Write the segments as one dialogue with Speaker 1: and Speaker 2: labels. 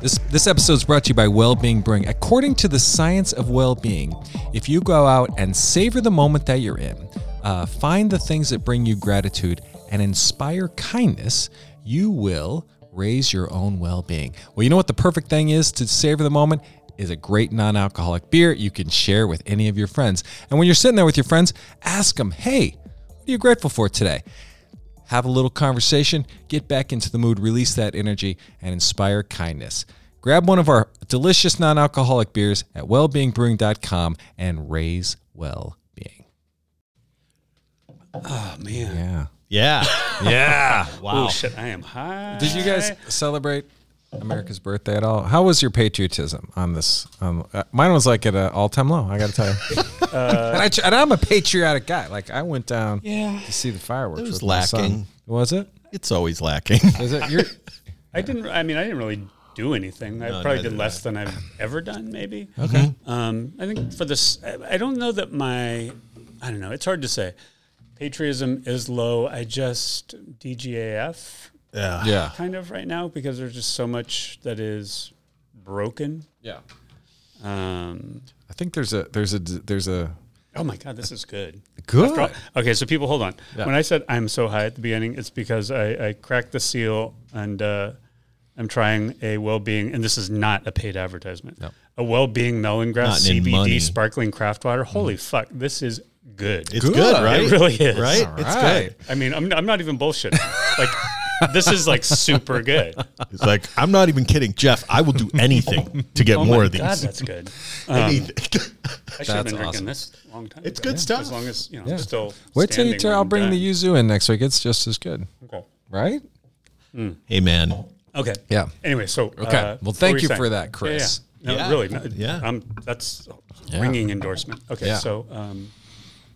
Speaker 1: This, this episode is brought to you by Wellbeing Brewing. According to the science of well-being, if you go out and savor the moment that you're in, uh, find the things that bring you gratitude and inspire kindness, you will raise your own well-being. Well, you know what the perfect thing is to savor the moment is a great non-alcoholic beer you can share with any of your friends. And when you're sitting there with your friends, ask them, "Hey, what are you grateful for today?" have a little conversation, get back into the mood, release that energy, and inspire kindness. Grab one of our delicious non alcoholic beers at wellbeingbrewing.com and raise well being.
Speaker 2: Oh man.
Speaker 1: Yeah.
Speaker 3: Yeah. Yeah.
Speaker 2: Wow. Oh, shit, I am high.
Speaker 1: Did you guys celebrate America's birthday at all? How was your patriotism on this? Um, uh, mine was like at an all time low, I got to tell you. and, I, tr- and I'm a patriotic guy. Like, I went down
Speaker 2: Uh, Yeah.
Speaker 1: to see the fireworks.
Speaker 3: It was
Speaker 1: with my son.
Speaker 3: lacking.
Speaker 1: Was it?
Speaker 3: It's always lacking.
Speaker 1: Was it? Your,
Speaker 2: I didn't I mean I didn't really do anything. I
Speaker 3: No,
Speaker 2: probably
Speaker 3: neither
Speaker 2: did
Speaker 3: did
Speaker 2: less than I've ever done maybe.
Speaker 1: okay.
Speaker 2: Um, I think for this I, I don't know that my I don't know. It's hard to say. Patriotism is low. I just DGAF
Speaker 3: yeah.
Speaker 1: Yeah.
Speaker 2: kind of right now because there's just so much that is broken.
Speaker 1: Yeah.
Speaker 2: Um,
Speaker 1: I think there's a there's a there's a
Speaker 2: oh my god, this is good.
Speaker 1: good.
Speaker 2: After all- okay, so people, hold on.
Speaker 1: Yeah.
Speaker 2: When I said I'm so high at the beginning, it's because I, I cracked the seal and uh, I'm trying a well-being, and this is not a paid advertisement. A well-being melon grass
Speaker 3: Not in
Speaker 2: CBD
Speaker 3: money. Mm-hmm.
Speaker 2: sparkling craft water. Holy fuck, this is good.
Speaker 3: It's good,
Speaker 1: Good.
Speaker 3: right?
Speaker 2: It really is.
Speaker 3: Right?
Speaker 1: All
Speaker 3: It's
Speaker 1: right.
Speaker 3: good.
Speaker 2: I mean, I'm, I'm not even bullshitting. like, this is like super good.
Speaker 3: It's like, I'm not even kidding. Jeff, I will do anything to get
Speaker 2: Oh
Speaker 3: more
Speaker 2: my
Speaker 3: of these.
Speaker 2: god, that's good.
Speaker 3: anything.
Speaker 2: I should have been drinking
Speaker 1: awesome.
Speaker 2: this a long time.
Speaker 3: It's
Speaker 2: ago.
Speaker 3: good stuff.
Speaker 2: As long as you know, I'm still.
Speaker 1: Wait till you
Speaker 2: standing
Speaker 1: turn.
Speaker 2: when
Speaker 1: I'll
Speaker 2: I'm
Speaker 1: bring
Speaker 2: done.
Speaker 1: the yuzu in next week. It's just as good,
Speaker 2: Okay.
Speaker 1: right?
Speaker 3: hey, man.
Speaker 2: Okay.
Speaker 1: Yeah.
Speaker 2: Anyway, so
Speaker 1: Okay.
Speaker 2: uh,
Speaker 1: Well,
Speaker 2: what
Speaker 1: thank
Speaker 2: were
Speaker 1: you
Speaker 2: saying?
Speaker 1: for that, Chris.
Speaker 2: Yeah, yeah. No,
Speaker 3: Yeah.
Speaker 2: really. no,
Speaker 3: Yeah.
Speaker 2: Um, that's a ringing endorsement. Okay,
Speaker 1: Yeah.
Speaker 2: so um,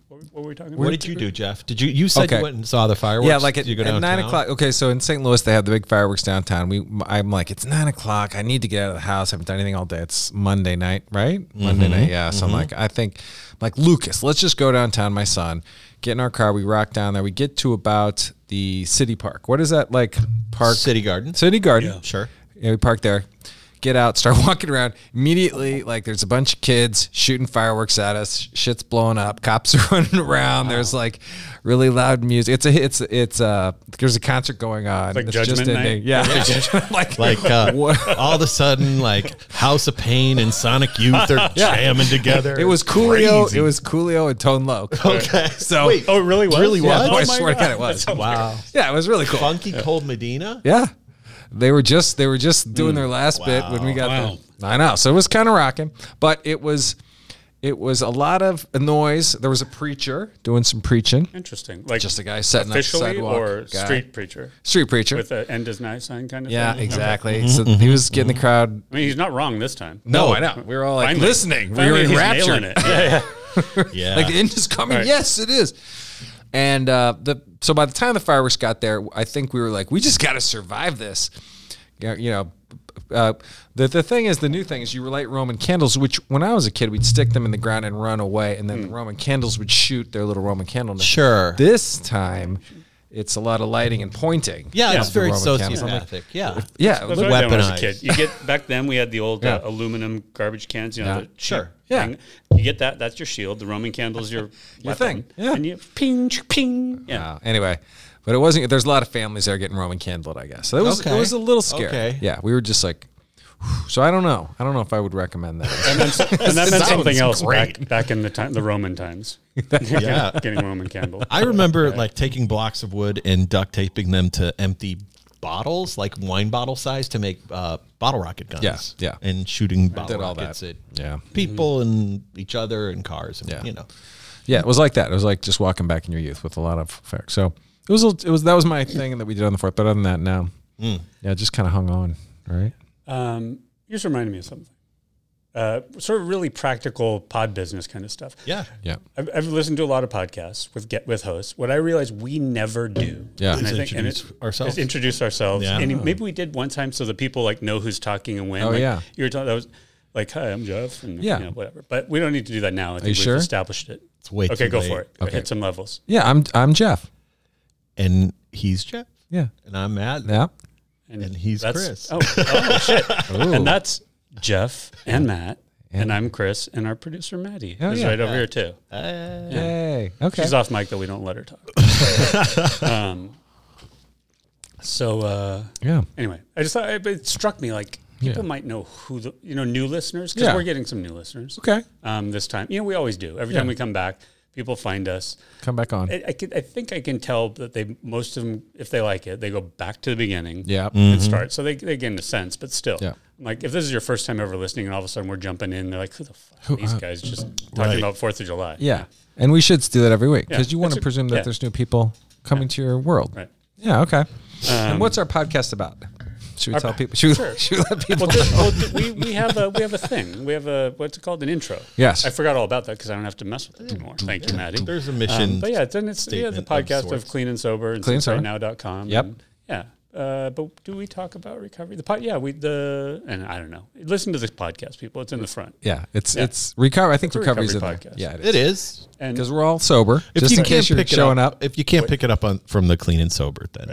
Speaker 2: what, what were we talking about?
Speaker 3: What did you do, Jeff? Did you you said
Speaker 1: Okay.
Speaker 3: you went and saw the fireworks?
Speaker 1: Yeah, like at,
Speaker 3: Did you go
Speaker 1: at nine
Speaker 3: downtown?
Speaker 1: o'clock. Okay, so in St. Louis they have the big fireworks downtown. We, I'm like, it's nine o'clock. I need to get out of the house. I haven't done anything all day. It's Monday night, right?
Speaker 3: Mm-hmm.
Speaker 1: Monday night. Yeah. So I'm like, I think, I'm like Lucas, let's just go downtown. My son, get in our car. We rock down there. We get to about the city park. What is that like? Park
Speaker 3: City Garden.
Speaker 1: City Garden.
Speaker 3: Sure.
Speaker 1: Yeah, we park there. Get out, start walking around. Immediately, like there's a bunch of kids shooting fireworks at us. Shit's blowing up. Cops are running around. There's like really loud music. It's a it's it's uh there's a concert going on.
Speaker 2: like
Speaker 1: It's
Speaker 2: Judgment Night?
Speaker 1: ending. Yeah. like
Speaker 3: Like uh,
Speaker 1: What?
Speaker 3: all of a sudden, like House of Pain and Sonic Youth are jamming together.
Speaker 1: it was Coolio.
Speaker 3: Crazy.
Speaker 1: It was Coolio and Tone Loc.
Speaker 3: okay.
Speaker 1: So
Speaker 3: Wait,
Speaker 2: Oh, it really was.
Speaker 3: Really
Speaker 1: yeah, I
Speaker 3: was?
Speaker 2: Oh my
Speaker 1: swear to
Speaker 2: God.
Speaker 1: God, it was.
Speaker 3: wow.
Speaker 1: Yeah, it was really cool.
Speaker 3: Funky Cold Medina.
Speaker 1: Yeah. They were just they were just doing their last bit when we got
Speaker 2: Hmm. Wow.
Speaker 1: there. I know. So it was kind of rocking, but it was it was a lot of noise. There was a preacher doing some preaching.
Speaker 2: Interesting. Like
Speaker 1: Just a guy setting up
Speaker 2: officially
Speaker 1: sidewalk
Speaker 2: or
Speaker 1: guy.
Speaker 2: street preacher
Speaker 1: Street preacher.
Speaker 2: with uh, an end is nigh sign kind of
Speaker 1: yeah,
Speaker 2: thing. Okay. Mm-hmm.
Speaker 1: exactly. So he was getting the crowd.
Speaker 2: I mean, he's not wrong this time.
Speaker 1: No, I know. We were all like
Speaker 2: Finally.
Speaker 1: listening. We were
Speaker 2: Finally,
Speaker 1: in
Speaker 2: he's
Speaker 1: rapture.
Speaker 2: nailing it. Yeah, yeah.
Speaker 3: Yeah.
Speaker 1: Like the end is coming.
Speaker 2: Right.
Speaker 1: Yes, it is. And uh, the so by the time the fireworks got there, I think we were like, we just got to survive this. You know, you know, uh, the the thing is, the new thing is you relight Roman candles, which when I was a kid, we'd stick them in the ground and run away, and then
Speaker 2: Hmm.
Speaker 1: the Roman candles would shoot their little Roman candle.
Speaker 3: Sure.
Speaker 1: This time, it's a lot of lighting and pointing.
Speaker 3: yeah,
Speaker 2: Yeah.
Speaker 3: it's very
Speaker 1: Roman candles.
Speaker 3: sociopathic. Yeah.
Speaker 1: yeah,
Speaker 2: That's
Speaker 1: look-
Speaker 2: what I did when I was a
Speaker 3: Weaponized.
Speaker 2: kid. You get back then we had the old uh,
Speaker 1: Yeah.
Speaker 2: aluminum garbage cans. You know,
Speaker 1: Yeah.
Speaker 2: the cheap
Speaker 3: Sure.
Speaker 1: Yeah.
Speaker 2: thing. You get that. That's your shield. The Roman candles your weapon.
Speaker 1: thing. Yeah.
Speaker 2: And you ping ping. Yeah.
Speaker 1: Uh, anyway, but it wasn't. There's a lot of families that are getting Roman candlelit, I guess. So it was it
Speaker 3: Okay.
Speaker 1: was a little scary.
Speaker 3: Okay.
Speaker 1: Yeah, we were just like, whew. so I don't know. I don't know if I would recommend that.
Speaker 2: and that meant
Speaker 1: Sounds
Speaker 2: something else
Speaker 1: great.
Speaker 2: back back in the time the Roman times.
Speaker 3: Yeah.
Speaker 2: getting Roman candle.
Speaker 3: I remember like taking blocks of wood and duct taping them to empty bottles, like wine bottle size, to make uh, bottle rocket guns.
Speaker 1: Yeah, yeah.
Speaker 3: And shooting bottle
Speaker 1: did all
Speaker 3: rockets
Speaker 1: that.
Speaker 3: at
Speaker 1: Yeah.
Speaker 3: people and each other and cars. And,
Speaker 1: Yeah.
Speaker 3: You know,
Speaker 1: Yeah, it was like that. It was like just walking back in your youth with a lot of effect. So it was it was that was my thing that we did on the fourth. But other than that, no,
Speaker 2: Mm.
Speaker 1: yeah, just kind of hung on, right?
Speaker 2: Um, you just reminded me of something. Uh, sort of really practical pod business kind of stuff.
Speaker 3: yeah.
Speaker 1: Yeah,
Speaker 2: I've, I've listened to a lot of podcasts with get with hosts. What I realize we never do.
Speaker 1: Yeah.
Speaker 2: and
Speaker 3: Is
Speaker 2: I think, and
Speaker 3: introduce
Speaker 2: it-
Speaker 3: ourselves.
Speaker 2: is introduce ourselves.
Speaker 3: Yeah.
Speaker 2: And maybe we did one time so that people like know who's talking and when.
Speaker 1: Oh,
Speaker 2: Like,
Speaker 1: yeah.
Speaker 2: you were talking that was like, hi, I'm Jeff, and
Speaker 1: Yeah.
Speaker 2: you know, whatever. But we don't need to do that now. I think
Speaker 1: you
Speaker 2: we've
Speaker 1: sure?
Speaker 2: established it.
Speaker 3: It's way
Speaker 2: okay,
Speaker 3: too
Speaker 2: go
Speaker 3: late.
Speaker 2: for it. Hit some levels.
Speaker 1: yeah. I'm I'm Jeff.
Speaker 3: And he's Jeff.
Speaker 1: Yeah,
Speaker 3: And I'm Matt.
Speaker 1: yeah.
Speaker 3: And he's
Speaker 2: that's,
Speaker 3: Chris.
Speaker 2: Oh, oh, shit.
Speaker 1: Ooh.
Speaker 2: and that's Jeff and Matt. And I'm Chris, and our producer Maddie
Speaker 1: Oh,
Speaker 2: is
Speaker 1: yeah.
Speaker 2: right over here too.
Speaker 1: Yay. Okay.
Speaker 2: She's off mic, though we don't let her talk. um, so uh,
Speaker 1: Yeah.
Speaker 2: anyway, I just thought it, it struck me like people
Speaker 1: Yeah.
Speaker 2: might know who the you know new listeners because
Speaker 1: Yeah.
Speaker 2: we're getting some new listeners.
Speaker 1: Okay.
Speaker 2: Um, this time, you know, we always do. Every time we come back, people find us.
Speaker 1: Come back on.
Speaker 2: I, I, could, I think I can tell that they most of them, if they like it, they go back to the beginning.
Speaker 1: Yeah. Mm-hmm.
Speaker 2: And start. So they, they get a sense, but still.
Speaker 1: Yeah.
Speaker 2: Like if this is your first time ever listening and all of a sudden we're jumping in, they're like, Who the fuck are these guys just talking
Speaker 3: Right.
Speaker 2: about Fourth of July?
Speaker 1: uh, Yeah. And we should do that every week because
Speaker 2: Yeah,
Speaker 1: you want
Speaker 2: that's
Speaker 1: to
Speaker 2: a-
Speaker 1: presume that
Speaker 2: yeah.
Speaker 1: there's new people coming to your world.
Speaker 2: Right.
Speaker 1: Yeah. Okay. and
Speaker 3: Um,
Speaker 1: what's our podcast about? Should we tell people? Should, we-
Speaker 2: sure.
Speaker 1: should we let people?
Speaker 2: Well, this, well th- we, we have a we have a thing. We have a what's it called? An intro.
Speaker 1: Yes.
Speaker 2: I forgot all about that because I don't have to mess with it anymore. Thank you, Maddie. Um,
Speaker 3: There's a mission.
Speaker 2: But yeah, then it's yeah, the
Speaker 3: statement of
Speaker 2: podcast of,
Speaker 3: sorts.
Speaker 2: Clean and Sober and
Speaker 1: Clean and Sober.
Speaker 2: SinceRightNow.com.
Speaker 1: Yep.
Speaker 2: And, yeah. Uh, but do we talk about recovery? The pod, yeah, we the and I don't know. Listen to this podcast, people. It's in the front.
Speaker 1: yeah. It's
Speaker 2: Yeah.
Speaker 1: it's recover. I think
Speaker 2: a
Speaker 1: recovery's
Speaker 2: recovery
Speaker 1: in there.
Speaker 2: podcast.
Speaker 1: Yeah. It is.
Speaker 3: It is.
Speaker 2: And
Speaker 1: because we're all sober.
Speaker 3: If
Speaker 1: just
Speaker 3: you
Speaker 1: in
Speaker 3: can't
Speaker 1: case you're
Speaker 3: pick it
Speaker 1: showing up,
Speaker 3: if you can't pick it up on from the clean and sober, then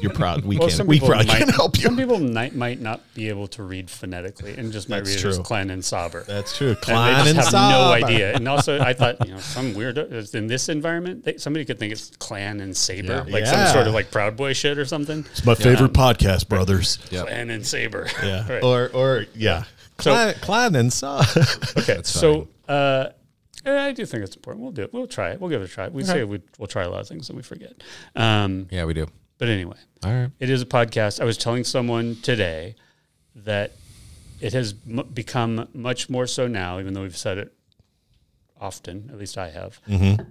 Speaker 3: you're proud. We can we probably
Speaker 2: might,
Speaker 3: can help
Speaker 2: Some
Speaker 3: you.
Speaker 2: people might, might not be able to read phonetically and just might
Speaker 3: That's
Speaker 2: read it as
Speaker 3: true.
Speaker 2: Klein and Sober.
Speaker 3: That's true.
Speaker 2: and
Speaker 3: Klein
Speaker 2: they
Speaker 3: and
Speaker 2: just have no
Speaker 3: Sauber.
Speaker 2: idea. And also, I thought, you know, some weirdo in this environment, they, somebody could think it's Klan and Saber, like
Speaker 3: Yeah.
Speaker 2: some sort of like Proud Boy shit or something.
Speaker 3: It's my favorite podcast, brothers. Yeah.
Speaker 2: Klan and Saber.
Speaker 3: Yeah.
Speaker 2: Right.
Speaker 3: Or or yeah.
Speaker 2: So-
Speaker 3: Klein, Klein and Saw.
Speaker 2: okay. So, uh, and I do think it's important. We'll do it. We'll try it. We'll give it a try. We say we, we'll try a lot of things and we forget. Um,
Speaker 1: yeah, we do.
Speaker 2: But anyway,
Speaker 1: All right.
Speaker 2: it is a podcast. I was telling someone today that it has m- become much more so now, even though we've said it often, at least I have.
Speaker 3: Mm-hmm.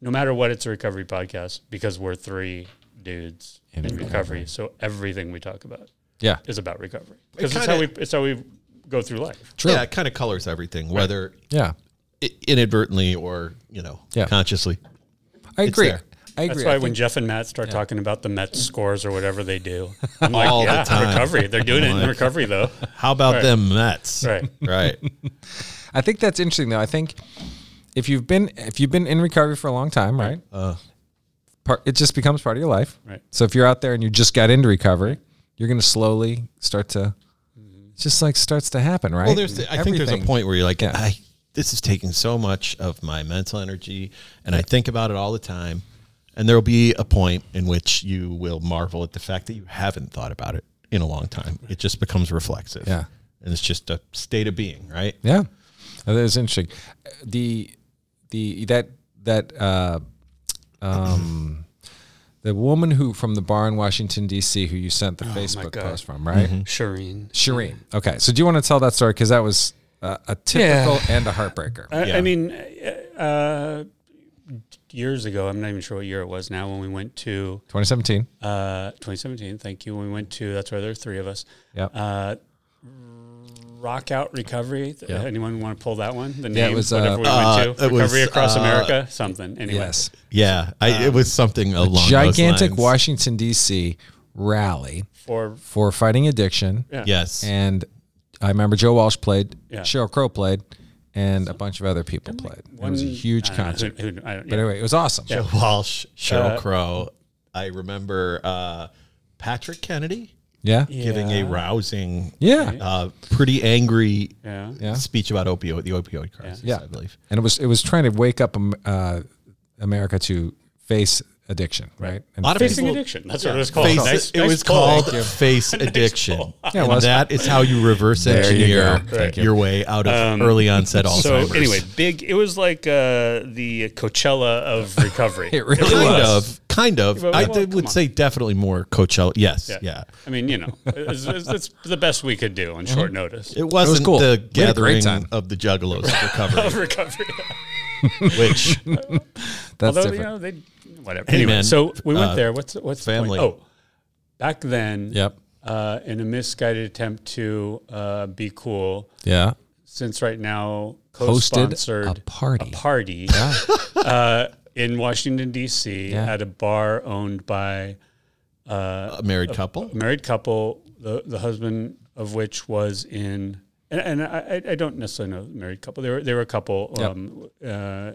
Speaker 2: No matter what, it's a recovery podcast because we're three dudes in, recovery. So everything we talk about
Speaker 1: Yeah,
Speaker 2: is about recovery because
Speaker 3: It
Speaker 2: it's how we
Speaker 3: kinda-
Speaker 2: it's how we go through life.
Speaker 3: Yeah, it kind of colors everything, whether
Speaker 1: yeah.
Speaker 3: i inadvertently or you know
Speaker 1: Yeah.
Speaker 3: consciously.
Speaker 1: I
Speaker 3: It's
Speaker 1: agree.
Speaker 3: there.
Speaker 1: I agree.
Speaker 2: That's
Speaker 1: I
Speaker 2: why
Speaker 1: think-
Speaker 2: when Jeff and Matt start talking about the Mets scores or whatever they do, I'm like,
Speaker 3: All the
Speaker 2: yeah,
Speaker 3: time.
Speaker 2: recovery. They're doing it in
Speaker 3: Like-
Speaker 2: recovery though.
Speaker 3: How about
Speaker 2: Right.
Speaker 3: them Mets?
Speaker 2: Right.
Speaker 3: Right.
Speaker 1: I think that's interesting though. I think if you've been if you've been in recovery for a long time, right?
Speaker 3: Uh.
Speaker 1: part, it just becomes part of your life.
Speaker 2: Right.
Speaker 1: So if you're out there and you just got into recovery, you're going to slowly start to it's just like starts to happen, right?
Speaker 3: Mm-hmm. Well, there's the, I think there's a
Speaker 1: Everything.
Speaker 3: point where you're like,
Speaker 1: Yeah.
Speaker 3: I, this is taking so much of my mental energy, and I think about it all the time. And there will be a point in which you will marvel at the fact that you haven't thought about it in a long time. It just becomes reflexive.
Speaker 1: Yeah.
Speaker 3: And it's just a state of being, right?
Speaker 1: Yeah, that is interesting. Uh, The the that that uh, um, the woman who from the bar in Washington D.C. who you sent the Facebook
Speaker 2: Oh God.
Speaker 1: post from, right?
Speaker 3: Mm-hmm.
Speaker 2: Shireen.
Speaker 1: Shireen. Okay, so do you want to tell that story because that was uh, a typical and a heartbreaker.
Speaker 2: I,
Speaker 3: Yeah.
Speaker 2: I mean, uh, years ago, I'm not even sure what year it was now, when we went to
Speaker 1: 2017.
Speaker 2: uh, 2017, thank you, when we went to, that's why there are three of us,
Speaker 1: Yep.
Speaker 2: uh, Rock Out Recovery. Th- Anyone want to pull that one? The name,
Speaker 1: Yeah, it was, uh,
Speaker 2: whatever we
Speaker 3: Uh,
Speaker 2: went to?
Speaker 3: it was,
Speaker 2: Recovery Across
Speaker 3: uh,
Speaker 2: America, something. Anyway.
Speaker 1: yes.
Speaker 3: Yeah. I, it was something along
Speaker 1: Uh, Gigantic
Speaker 3: those lines.
Speaker 1: Washington D.C. rally
Speaker 2: For,
Speaker 1: for fighting addiction.
Speaker 3: Yes.
Speaker 1: And I remember Joe Walsh played,
Speaker 2: Yeah.
Speaker 1: Cheryl Crow played, and a bunch of other people played. It was a huge
Speaker 2: I don't know,
Speaker 1: concert.
Speaker 2: who- who- I don't-
Speaker 1: But
Speaker 2: yeah. Uh,
Speaker 1: anyway, it was awesome.
Speaker 3: Joe Walsh, Cheryl Crow. I remember uh, Patrick Kennedy
Speaker 1: Yeah.
Speaker 3: giving a rousing,
Speaker 1: Yeah.
Speaker 3: uh, pretty angry
Speaker 2: Yeah.
Speaker 1: Yeah.
Speaker 3: speech about opioid, the opioid crisis,
Speaker 1: Yeah.
Speaker 3: I believe.
Speaker 1: And it was it was trying to wake up um, uh, America to face addiction, right? And
Speaker 3: lot of
Speaker 2: Facing
Speaker 3: people-
Speaker 2: addiction. That's what it was called.
Speaker 3: Face,
Speaker 2: Nice-
Speaker 3: it
Speaker 2: nice
Speaker 3: was
Speaker 2: pull.
Speaker 3: called face addiction.
Speaker 1: it
Speaker 3: and
Speaker 1: was.
Speaker 3: that is how you reverse engineer your way out of early onset
Speaker 2: Um, So
Speaker 3: Alzheimer's.
Speaker 2: anyway, big. It was like uh, the Coachella of recovery.
Speaker 1: It really
Speaker 3: kind
Speaker 1: was.
Speaker 3: of, kind of.
Speaker 2: Well,
Speaker 3: I
Speaker 2: well,
Speaker 3: did-
Speaker 2: come
Speaker 3: would
Speaker 2: on.
Speaker 3: say definitely more Coachella. Yes, yeah.
Speaker 2: I mean, you know, it's, it's, it's the best we could do
Speaker 1: Mm-hmm.
Speaker 2: on short notice.
Speaker 3: It wasn't
Speaker 1: cool. We had a
Speaker 3: the
Speaker 1: great
Speaker 3: gathering
Speaker 1: time.
Speaker 3: of the Juggalos recovery,
Speaker 2: Recovery.
Speaker 3: which
Speaker 1: That's
Speaker 2: Although,
Speaker 1: different.
Speaker 2: you know, they, whatever.
Speaker 3: Hey,
Speaker 2: anyway,
Speaker 3: man,
Speaker 2: so we went
Speaker 3: uh,
Speaker 2: there. What's, what's
Speaker 3: family.
Speaker 2: The point? Oh, back then,
Speaker 1: Yep.
Speaker 2: uh, in a misguided attempt to uh, be cool,
Speaker 1: yeah.
Speaker 2: since right now
Speaker 1: Hosted
Speaker 2: co-sponsored
Speaker 1: a party.
Speaker 2: a party, uh, in Washington D.C.
Speaker 1: Yeah.
Speaker 2: at a bar owned by
Speaker 3: a uh, married couple.
Speaker 2: a married couple, the the husband of which was in, and, and I, I- I don't necessarily know the married couple. They were they were a couple.
Speaker 1: Yep.
Speaker 2: Um, uh,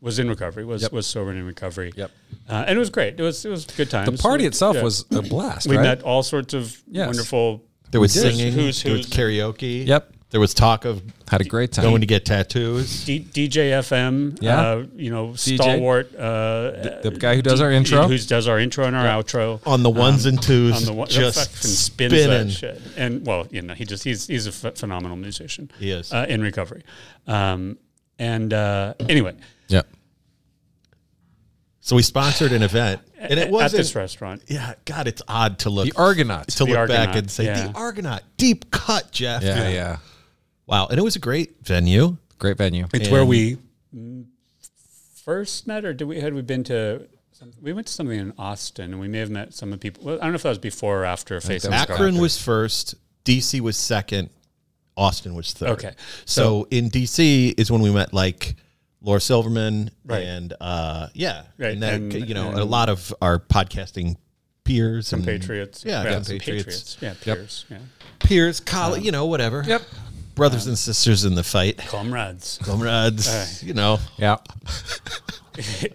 Speaker 2: was in recovery. Was was sober and in recovery.
Speaker 1: Yep.
Speaker 2: Uh, and it was great. It was it was good times.
Speaker 1: The party itself
Speaker 2: Yeah.
Speaker 1: was a blast,
Speaker 2: We
Speaker 1: right?
Speaker 2: met all sorts of
Speaker 1: Yes.
Speaker 2: wonderful.
Speaker 3: There was
Speaker 2: We did.
Speaker 3: singing.
Speaker 2: Who's-
Speaker 3: there was
Speaker 2: who's-
Speaker 3: karaoke.
Speaker 1: Yep.
Speaker 3: There was talk of
Speaker 1: Had a great time.
Speaker 3: going to get tattoos.
Speaker 2: D- DJ FM,
Speaker 1: Yeah.
Speaker 2: uh, you know, stalwart, uh,
Speaker 1: the guy who does our intro?
Speaker 2: who does our intro and our outro,
Speaker 3: Um, on the ones and twos,
Speaker 2: on the one,
Speaker 3: just
Speaker 2: just spins
Speaker 3: spinning.
Speaker 2: that shit. And well, you know, he just he's he's a ph phenomenal musician.
Speaker 3: He is.
Speaker 2: uh, in recovery. Um, and uh, anyway,
Speaker 1: Yep.
Speaker 3: So we sponsored an event, and it
Speaker 2: at
Speaker 3: wasn't.
Speaker 2: this restaurant,
Speaker 3: Yeah, God, it's odd to look
Speaker 1: The Argonauts.
Speaker 3: to
Speaker 2: The
Speaker 3: look back
Speaker 2: Argonaut,
Speaker 3: and say
Speaker 2: yeah.
Speaker 3: the Argonaut deep cut, Jeff.
Speaker 1: Yeah, yeah.
Speaker 3: Wow, and it was a great venue.
Speaker 1: Great venue.
Speaker 2: it's where we first met, or did we had we been to? some- We went to something in Austin, and we may have met some of the people. Well, I don't know if that was before or after Facebook.
Speaker 3: Akron was first, DC was second, Austin was third.
Speaker 2: Okay.
Speaker 3: so, in DC is when we met like Laura Silverman
Speaker 2: Right.
Speaker 3: and uh, yeah,
Speaker 2: Right,
Speaker 3: and, that,
Speaker 2: and-
Speaker 3: you know a
Speaker 2: and-
Speaker 3: lot of our podcasting peers and
Speaker 2: Patriots,
Speaker 3: Yeah,
Speaker 2: Well,
Speaker 3: compatriots.
Speaker 2: yeah, peers, yeah,
Speaker 3: peers, colleagues, you know, whatever.
Speaker 1: Yep.
Speaker 3: Brothers and sisters in the fight.
Speaker 2: comrades.
Speaker 3: comrades, you know.
Speaker 1: Yeah.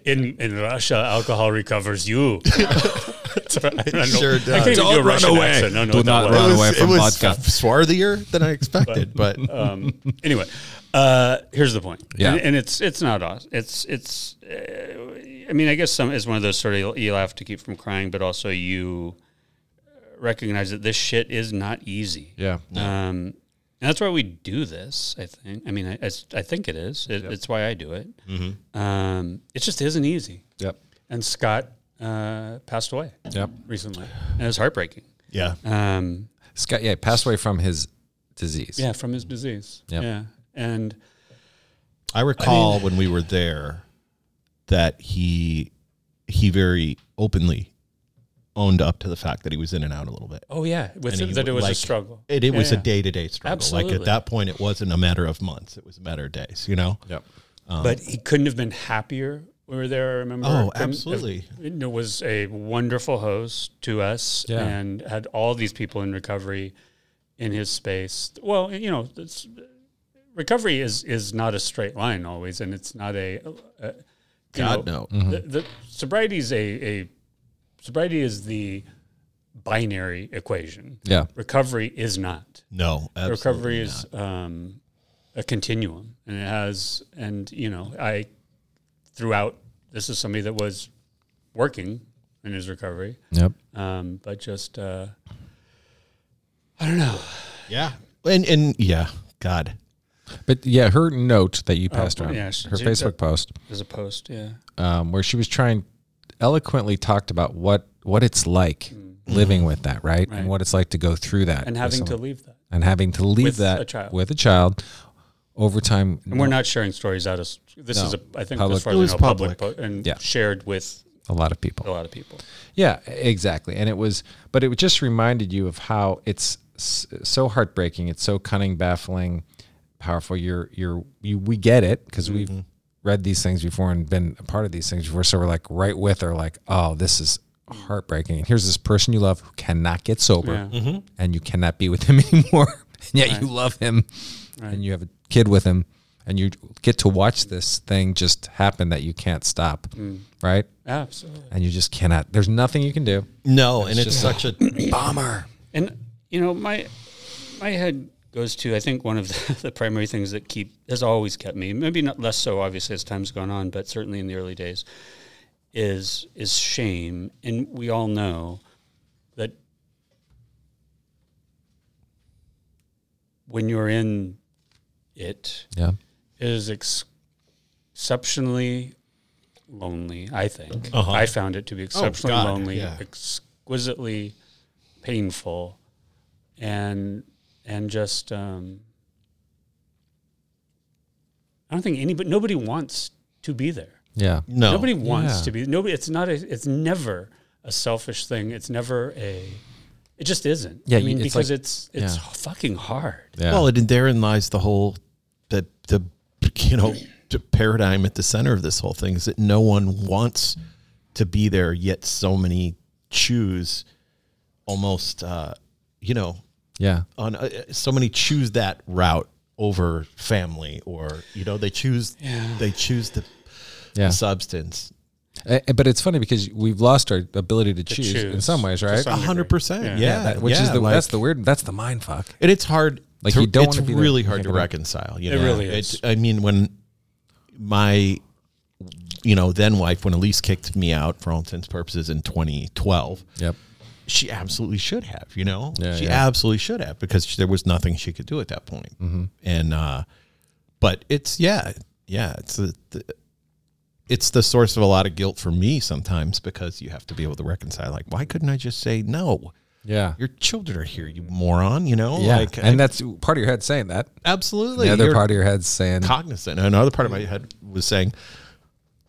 Speaker 2: In in Russia, alcohol recovers you. That's right. I don't know-
Speaker 3: sure
Speaker 2: I
Speaker 3: does.
Speaker 2: can't even
Speaker 3: Don't
Speaker 2: do a
Speaker 3: run
Speaker 2: Russian
Speaker 3: away.
Speaker 2: accent. No, no,
Speaker 1: Do
Speaker 2: that
Speaker 1: not
Speaker 2: was-
Speaker 1: run away from vodka.
Speaker 3: swarthier than I expected, but
Speaker 2: um, anyway, uh, here's the point.
Speaker 1: Yeah.
Speaker 2: and, and it's it's not us. It's it's. Uh, I mean, I guess some it's one of those sort of you'll, you'll have to keep from crying, but also you recognize that this shit is not easy.
Speaker 1: Yeah.
Speaker 2: Um, and that's why we do this. I think. I mean, I, I s- I think it is. It, It's why I do it.
Speaker 3: Mm-hmm.
Speaker 2: Um, it just isn't easy.
Speaker 1: Yep.
Speaker 2: And Scott uh, passed away
Speaker 1: Yep.
Speaker 2: recently, and it was heartbreaking.
Speaker 3: yeah,
Speaker 2: Um,
Speaker 1: Scott, yeah, passed away from his disease.
Speaker 2: yeah, from his disease.
Speaker 1: Yep.
Speaker 2: Yeah, and.
Speaker 3: I recall when we were there that he he very openly owned up to the fact that he was in and out a little bit.
Speaker 2: Oh yeah, with
Speaker 3: And he
Speaker 2: that it was a
Speaker 3: like-
Speaker 2: struggle.
Speaker 3: It, it
Speaker 2: Yeah,
Speaker 3: was a
Speaker 2: yeah.
Speaker 3: day to day struggle. Like
Speaker 2: Absolutely.
Speaker 3: at that point, it wasn't a matter of months; it was a matter of days. You know.
Speaker 1: Yep.
Speaker 2: but he couldn't have been happier. We were there. I remember.
Speaker 3: Oh,
Speaker 2: Couldn't-
Speaker 3: absolutely.
Speaker 2: It was a wonderful host to us,
Speaker 1: Yeah.
Speaker 2: and had all these people in recovery in his space. Well, you know, it's, recovery is is not a straight line always, and it's not a. a you
Speaker 3: God
Speaker 2: know,
Speaker 3: no. Mm-hmm.
Speaker 2: The, the sobriety is a, a sobriety is the binary equation.
Speaker 1: Yeah.
Speaker 2: Recovery is not.
Speaker 3: No,
Speaker 2: recovery
Speaker 3: absolutely
Speaker 2: is um, a continuum and it has and you know i throughout this is somebody that was working in his recovery
Speaker 1: Yep.
Speaker 2: um, but just uh, i don't know
Speaker 3: not. yeah, and and yeah, God,
Speaker 1: But yeah, her note that you passed around,
Speaker 2: Oh, yeah, she-
Speaker 1: her
Speaker 2: she-
Speaker 1: Facebook post,
Speaker 2: as a post yeah
Speaker 1: um, where she was trying eloquently talked about what what it's like living with that, right? And
Speaker 2: Mm. Right.
Speaker 1: what it's like to go through that
Speaker 2: and
Speaker 1: with
Speaker 2: having to
Speaker 1: someone.
Speaker 2: leave that
Speaker 1: and having to leave
Speaker 2: with
Speaker 1: that
Speaker 2: a child.
Speaker 1: with a child over time.
Speaker 2: and we're not sharing stories out of s- this
Speaker 1: No.
Speaker 2: is a i think
Speaker 1: Public.
Speaker 2: as far
Speaker 3: It
Speaker 2: as
Speaker 3: was
Speaker 2: I know, public,
Speaker 3: public.
Speaker 2: po- and
Speaker 1: Yeah.
Speaker 2: shared with
Speaker 1: a lot of
Speaker 2: a
Speaker 1: people.
Speaker 2: lot of people
Speaker 1: Yeah, exactly. And it was, but it just reminded you of how it's s- so heartbreaking. It's so cunning, baffling, powerful. You're, you're, you, we get it because we've read these things before and been a part of these things before. So we're like right with her, like, oh, this is heartbreaking. And here's this person you love who cannot get sober
Speaker 2: Yeah.
Speaker 1: and you cannot be with him anymore. and yet you love him and you have a kid with him and you get to watch this thing just happen that you can't stop. Right
Speaker 2: absolutely
Speaker 1: and you just cannot. There's nothing you can do.
Speaker 3: no, and it's such a
Speaker 1: Bomber.
Speaker 2: And you know, my my head goes to I think one of the, the primary things that keep has always kept me, maybe not less so obviously as time's gone on, but certainly in the early days, is is shame. And we all know that when you're in it,
Speaker 1: Yeah.
Speaker 2: it is ex- exceptionally lonely, I think.
Speaker 1: Uh-huh.
Speaker 2: I found it to be exceptionally
Speaker 3: Oh, God,
Speaker 2: lonely,
Speaker 3: yeah.
Speaker 2: exquisitely painful, and and just um, I don't think anybody nobody wants to be there.
Speaker 1: Yeah.
Speaker 3: No.
Speaker 2: Nobody wants
Speaker 1: Yeah.
Speaker 2: to be nobody it's not a it's never a selfish thing. It's never a it just isn't.
Speaker 1: Yeah,
Speaker 2: I
Speaker 1: you-
Speaker 2: mean
Speaker 1: it's
Speaker 2: because
Speaker 1: like-
Speaker 2: it's it's fucking hard.
Speaker 1: Yeah.
Speaker 3: Well, and therein lies the whole the the you know the paradigm at the center of this whole thing is that no one wants to be there, yet so many choose almost uh, you know
Speaker 1: yeah.
Speaker 3: on uh, so many choose that route over family or you know they choose they choose the
Speaker 1: Yeah.
Speaker 3: substance
Speaker 1: Uh, but it's funny because we've lost our ability to choose, in
Speaker 2: choose,
Speaker 1: some ways,
Speaker 2: to
Speaker 1: right?
Speaker 2: some-
Speaker 3: a hundred percent yeah,
Speaker 1: That- which is
Speaker 3: yeah,
Speaker 1: the
Speaker 3: like-
Speaker 1: that's the weird that's the mind fuck.
Speaker 3: and it's hard
Speaker 1: Like,
Speaker 3: to-
Speaker 1: you don't
Speaker 3: it's
Speaker 1: wanna be there.
Speaker 3: really hard
Speaker 1: Think
Speaker 3: to
Speaker 1: about it.
Speaker 3: reconcile you
Speaker 2: It
Speaker 3: know
Speaker 2: really is.
Speaker 3: i mean when my you know then wife when elise kicked me out for all intents and purposes in 2012
Speaker 1: Yep.
Speaker 3: she absolutely should have, you know?
Speaker 1: Yeah,
Speaker 3: she
Speaker 1: yeah. Mm-hmm.
Speaker 3: absolutely should have because she, there was nothing she could do at that point. And, uh, but it's, yeah, yeah, it's the, the, it's the source of a lot of guilt for me sometimes because you have to be able to reconcile, like, why couldn't I just say no?
Speaker 1: Yeah.
Speaker 3: Your children are here, you moron, you know?
Speaker 1: yeah.
Speaker 3: Like,
Speaker 1: and
Speaker 3: I-
Speaker 1: that's part of your head saying that.
Speaker 3: absolutely.
Speaker 1: the other
Speaker 3: you're
Speaker 1: part of your head's saying
Speaker 3: cognizant. And another part of my head was saying,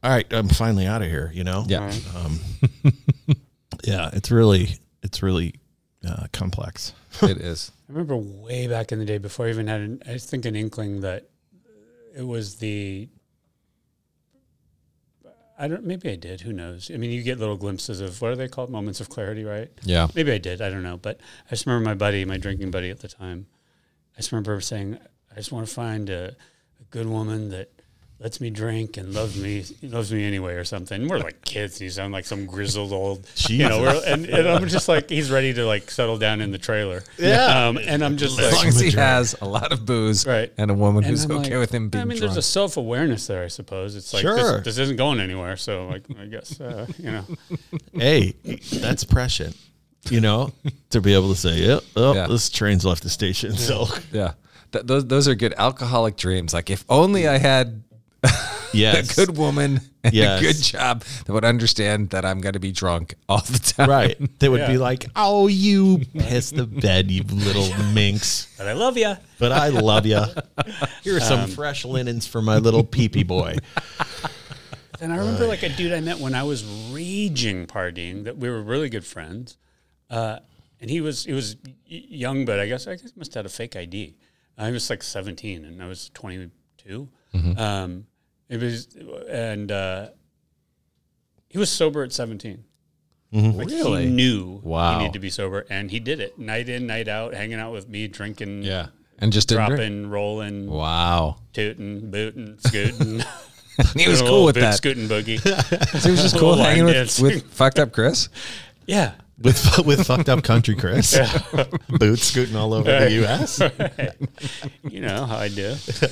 Speaker 3: all right, I'm finally out of here, you know? Um,
Speaker 1: Yeah.
Speaker 3: Yeah. It's really, it's really uh, complex.
Speaker 1: it is.
Speaker 2: I remember way back in the day before I even had, an, I think, an inkling that it was the. I don't. Maybe I did. Who knows? I mean, you get little glimpses of what are they called? Moments of clarity, right?
Speaker 1: Yeah.
Speaker 2: Maybe I did. I don't know. But I just remember my buddy, my drinking buddy at the time. I just remember saying, I just want to find a, a good woman that lets me drink and loves me, loves me anyway, or something. We're like kids. And you sound like some grizzled old, you know, we're, and, and I'm just like, he's ready to like settle down in the trailer. Yeah. Um, and I'm just
Speaker 1: As long
Speaker 2: like,
Speaker 1: as he has a lot of booze
Speaker 2: Right.
Speaker 1: and a woman
Speaker 2: and
Speaker 1: who's
Speaker 2: I'm
Speaker 1: okay
Speaker 2: like-
Speaker 1: with him being
Speaker 2: I mean,
Speaker 1: drunk.
Speaker 2: there's a self awareness there, I suppose. It's like,
Speaker 3: Sure.
Speaker 2: this, this isn't going anywhere. So like, I guess, uh, you know,
Speaker 3: hey, that's prescient, you know, to be able to say, yeah, oh,
Speaker 1: Yeah.
Speaker 3: this train's left the station. So,
Speaker 1: yeah. Th- those those are good alcoholic dreams. Like if only I had a
Speaker 3: yes.
Speaker 1: good woman and
Speaker 3: Yes.
Speaker 1: a good job that would understand that I'm going to be drunk all the time.
Speaker 3: Right. They would be
Speaker 2: Yeah.
Speaker 3: like, oh, you piss the bed, you little minx.
Speaker 2: but I love you.
Speaker 3: But I love you. Here are some fresh linens for my little peepee boy.
Speaker 2: And I remember like a dude I met when I was raging partying that we were really good friends, uh, and he was he was y- young, but I guess I guess he must have had a fake ID. I was like seventeen, and I was twenty
Speaker 1: Mm-hmm.
Speaker 2: Um, it was and uh, he was sober at 17 Like,
Speaker 1: Mm-hmm. Really?
Speaker 2: he knew
Speaker 1: Wow.
Speaker 2: he needed to be sober, and he did it night in, night out, hanging out with me, drinking,
Speaker 1: And just didn't drink.
Speaker 2: dropping, rolling,
Speaker 1: Wow.
Speaker 2: tooting, booting, scooting.
Speaker 1: And he was
Speaker 2: Doing a
Speaker 1: cool
Speaker 2: little
Speaker 1: with
Speaker 2: boot
Speaker 1: that.
Speaker 2: Scooting boogie.
Speaker 1: He was just cool
Speaker 2: Little line
Speaker 1: hanging with,
Speaker 2: dance.
Speaker 1: with fucked up Chris.
Speaker 2: yeah.
Speaker 3: With, with fucked up country Chris, boots scooting all over the U.S.
Speaker 2: You know how I do. Uh,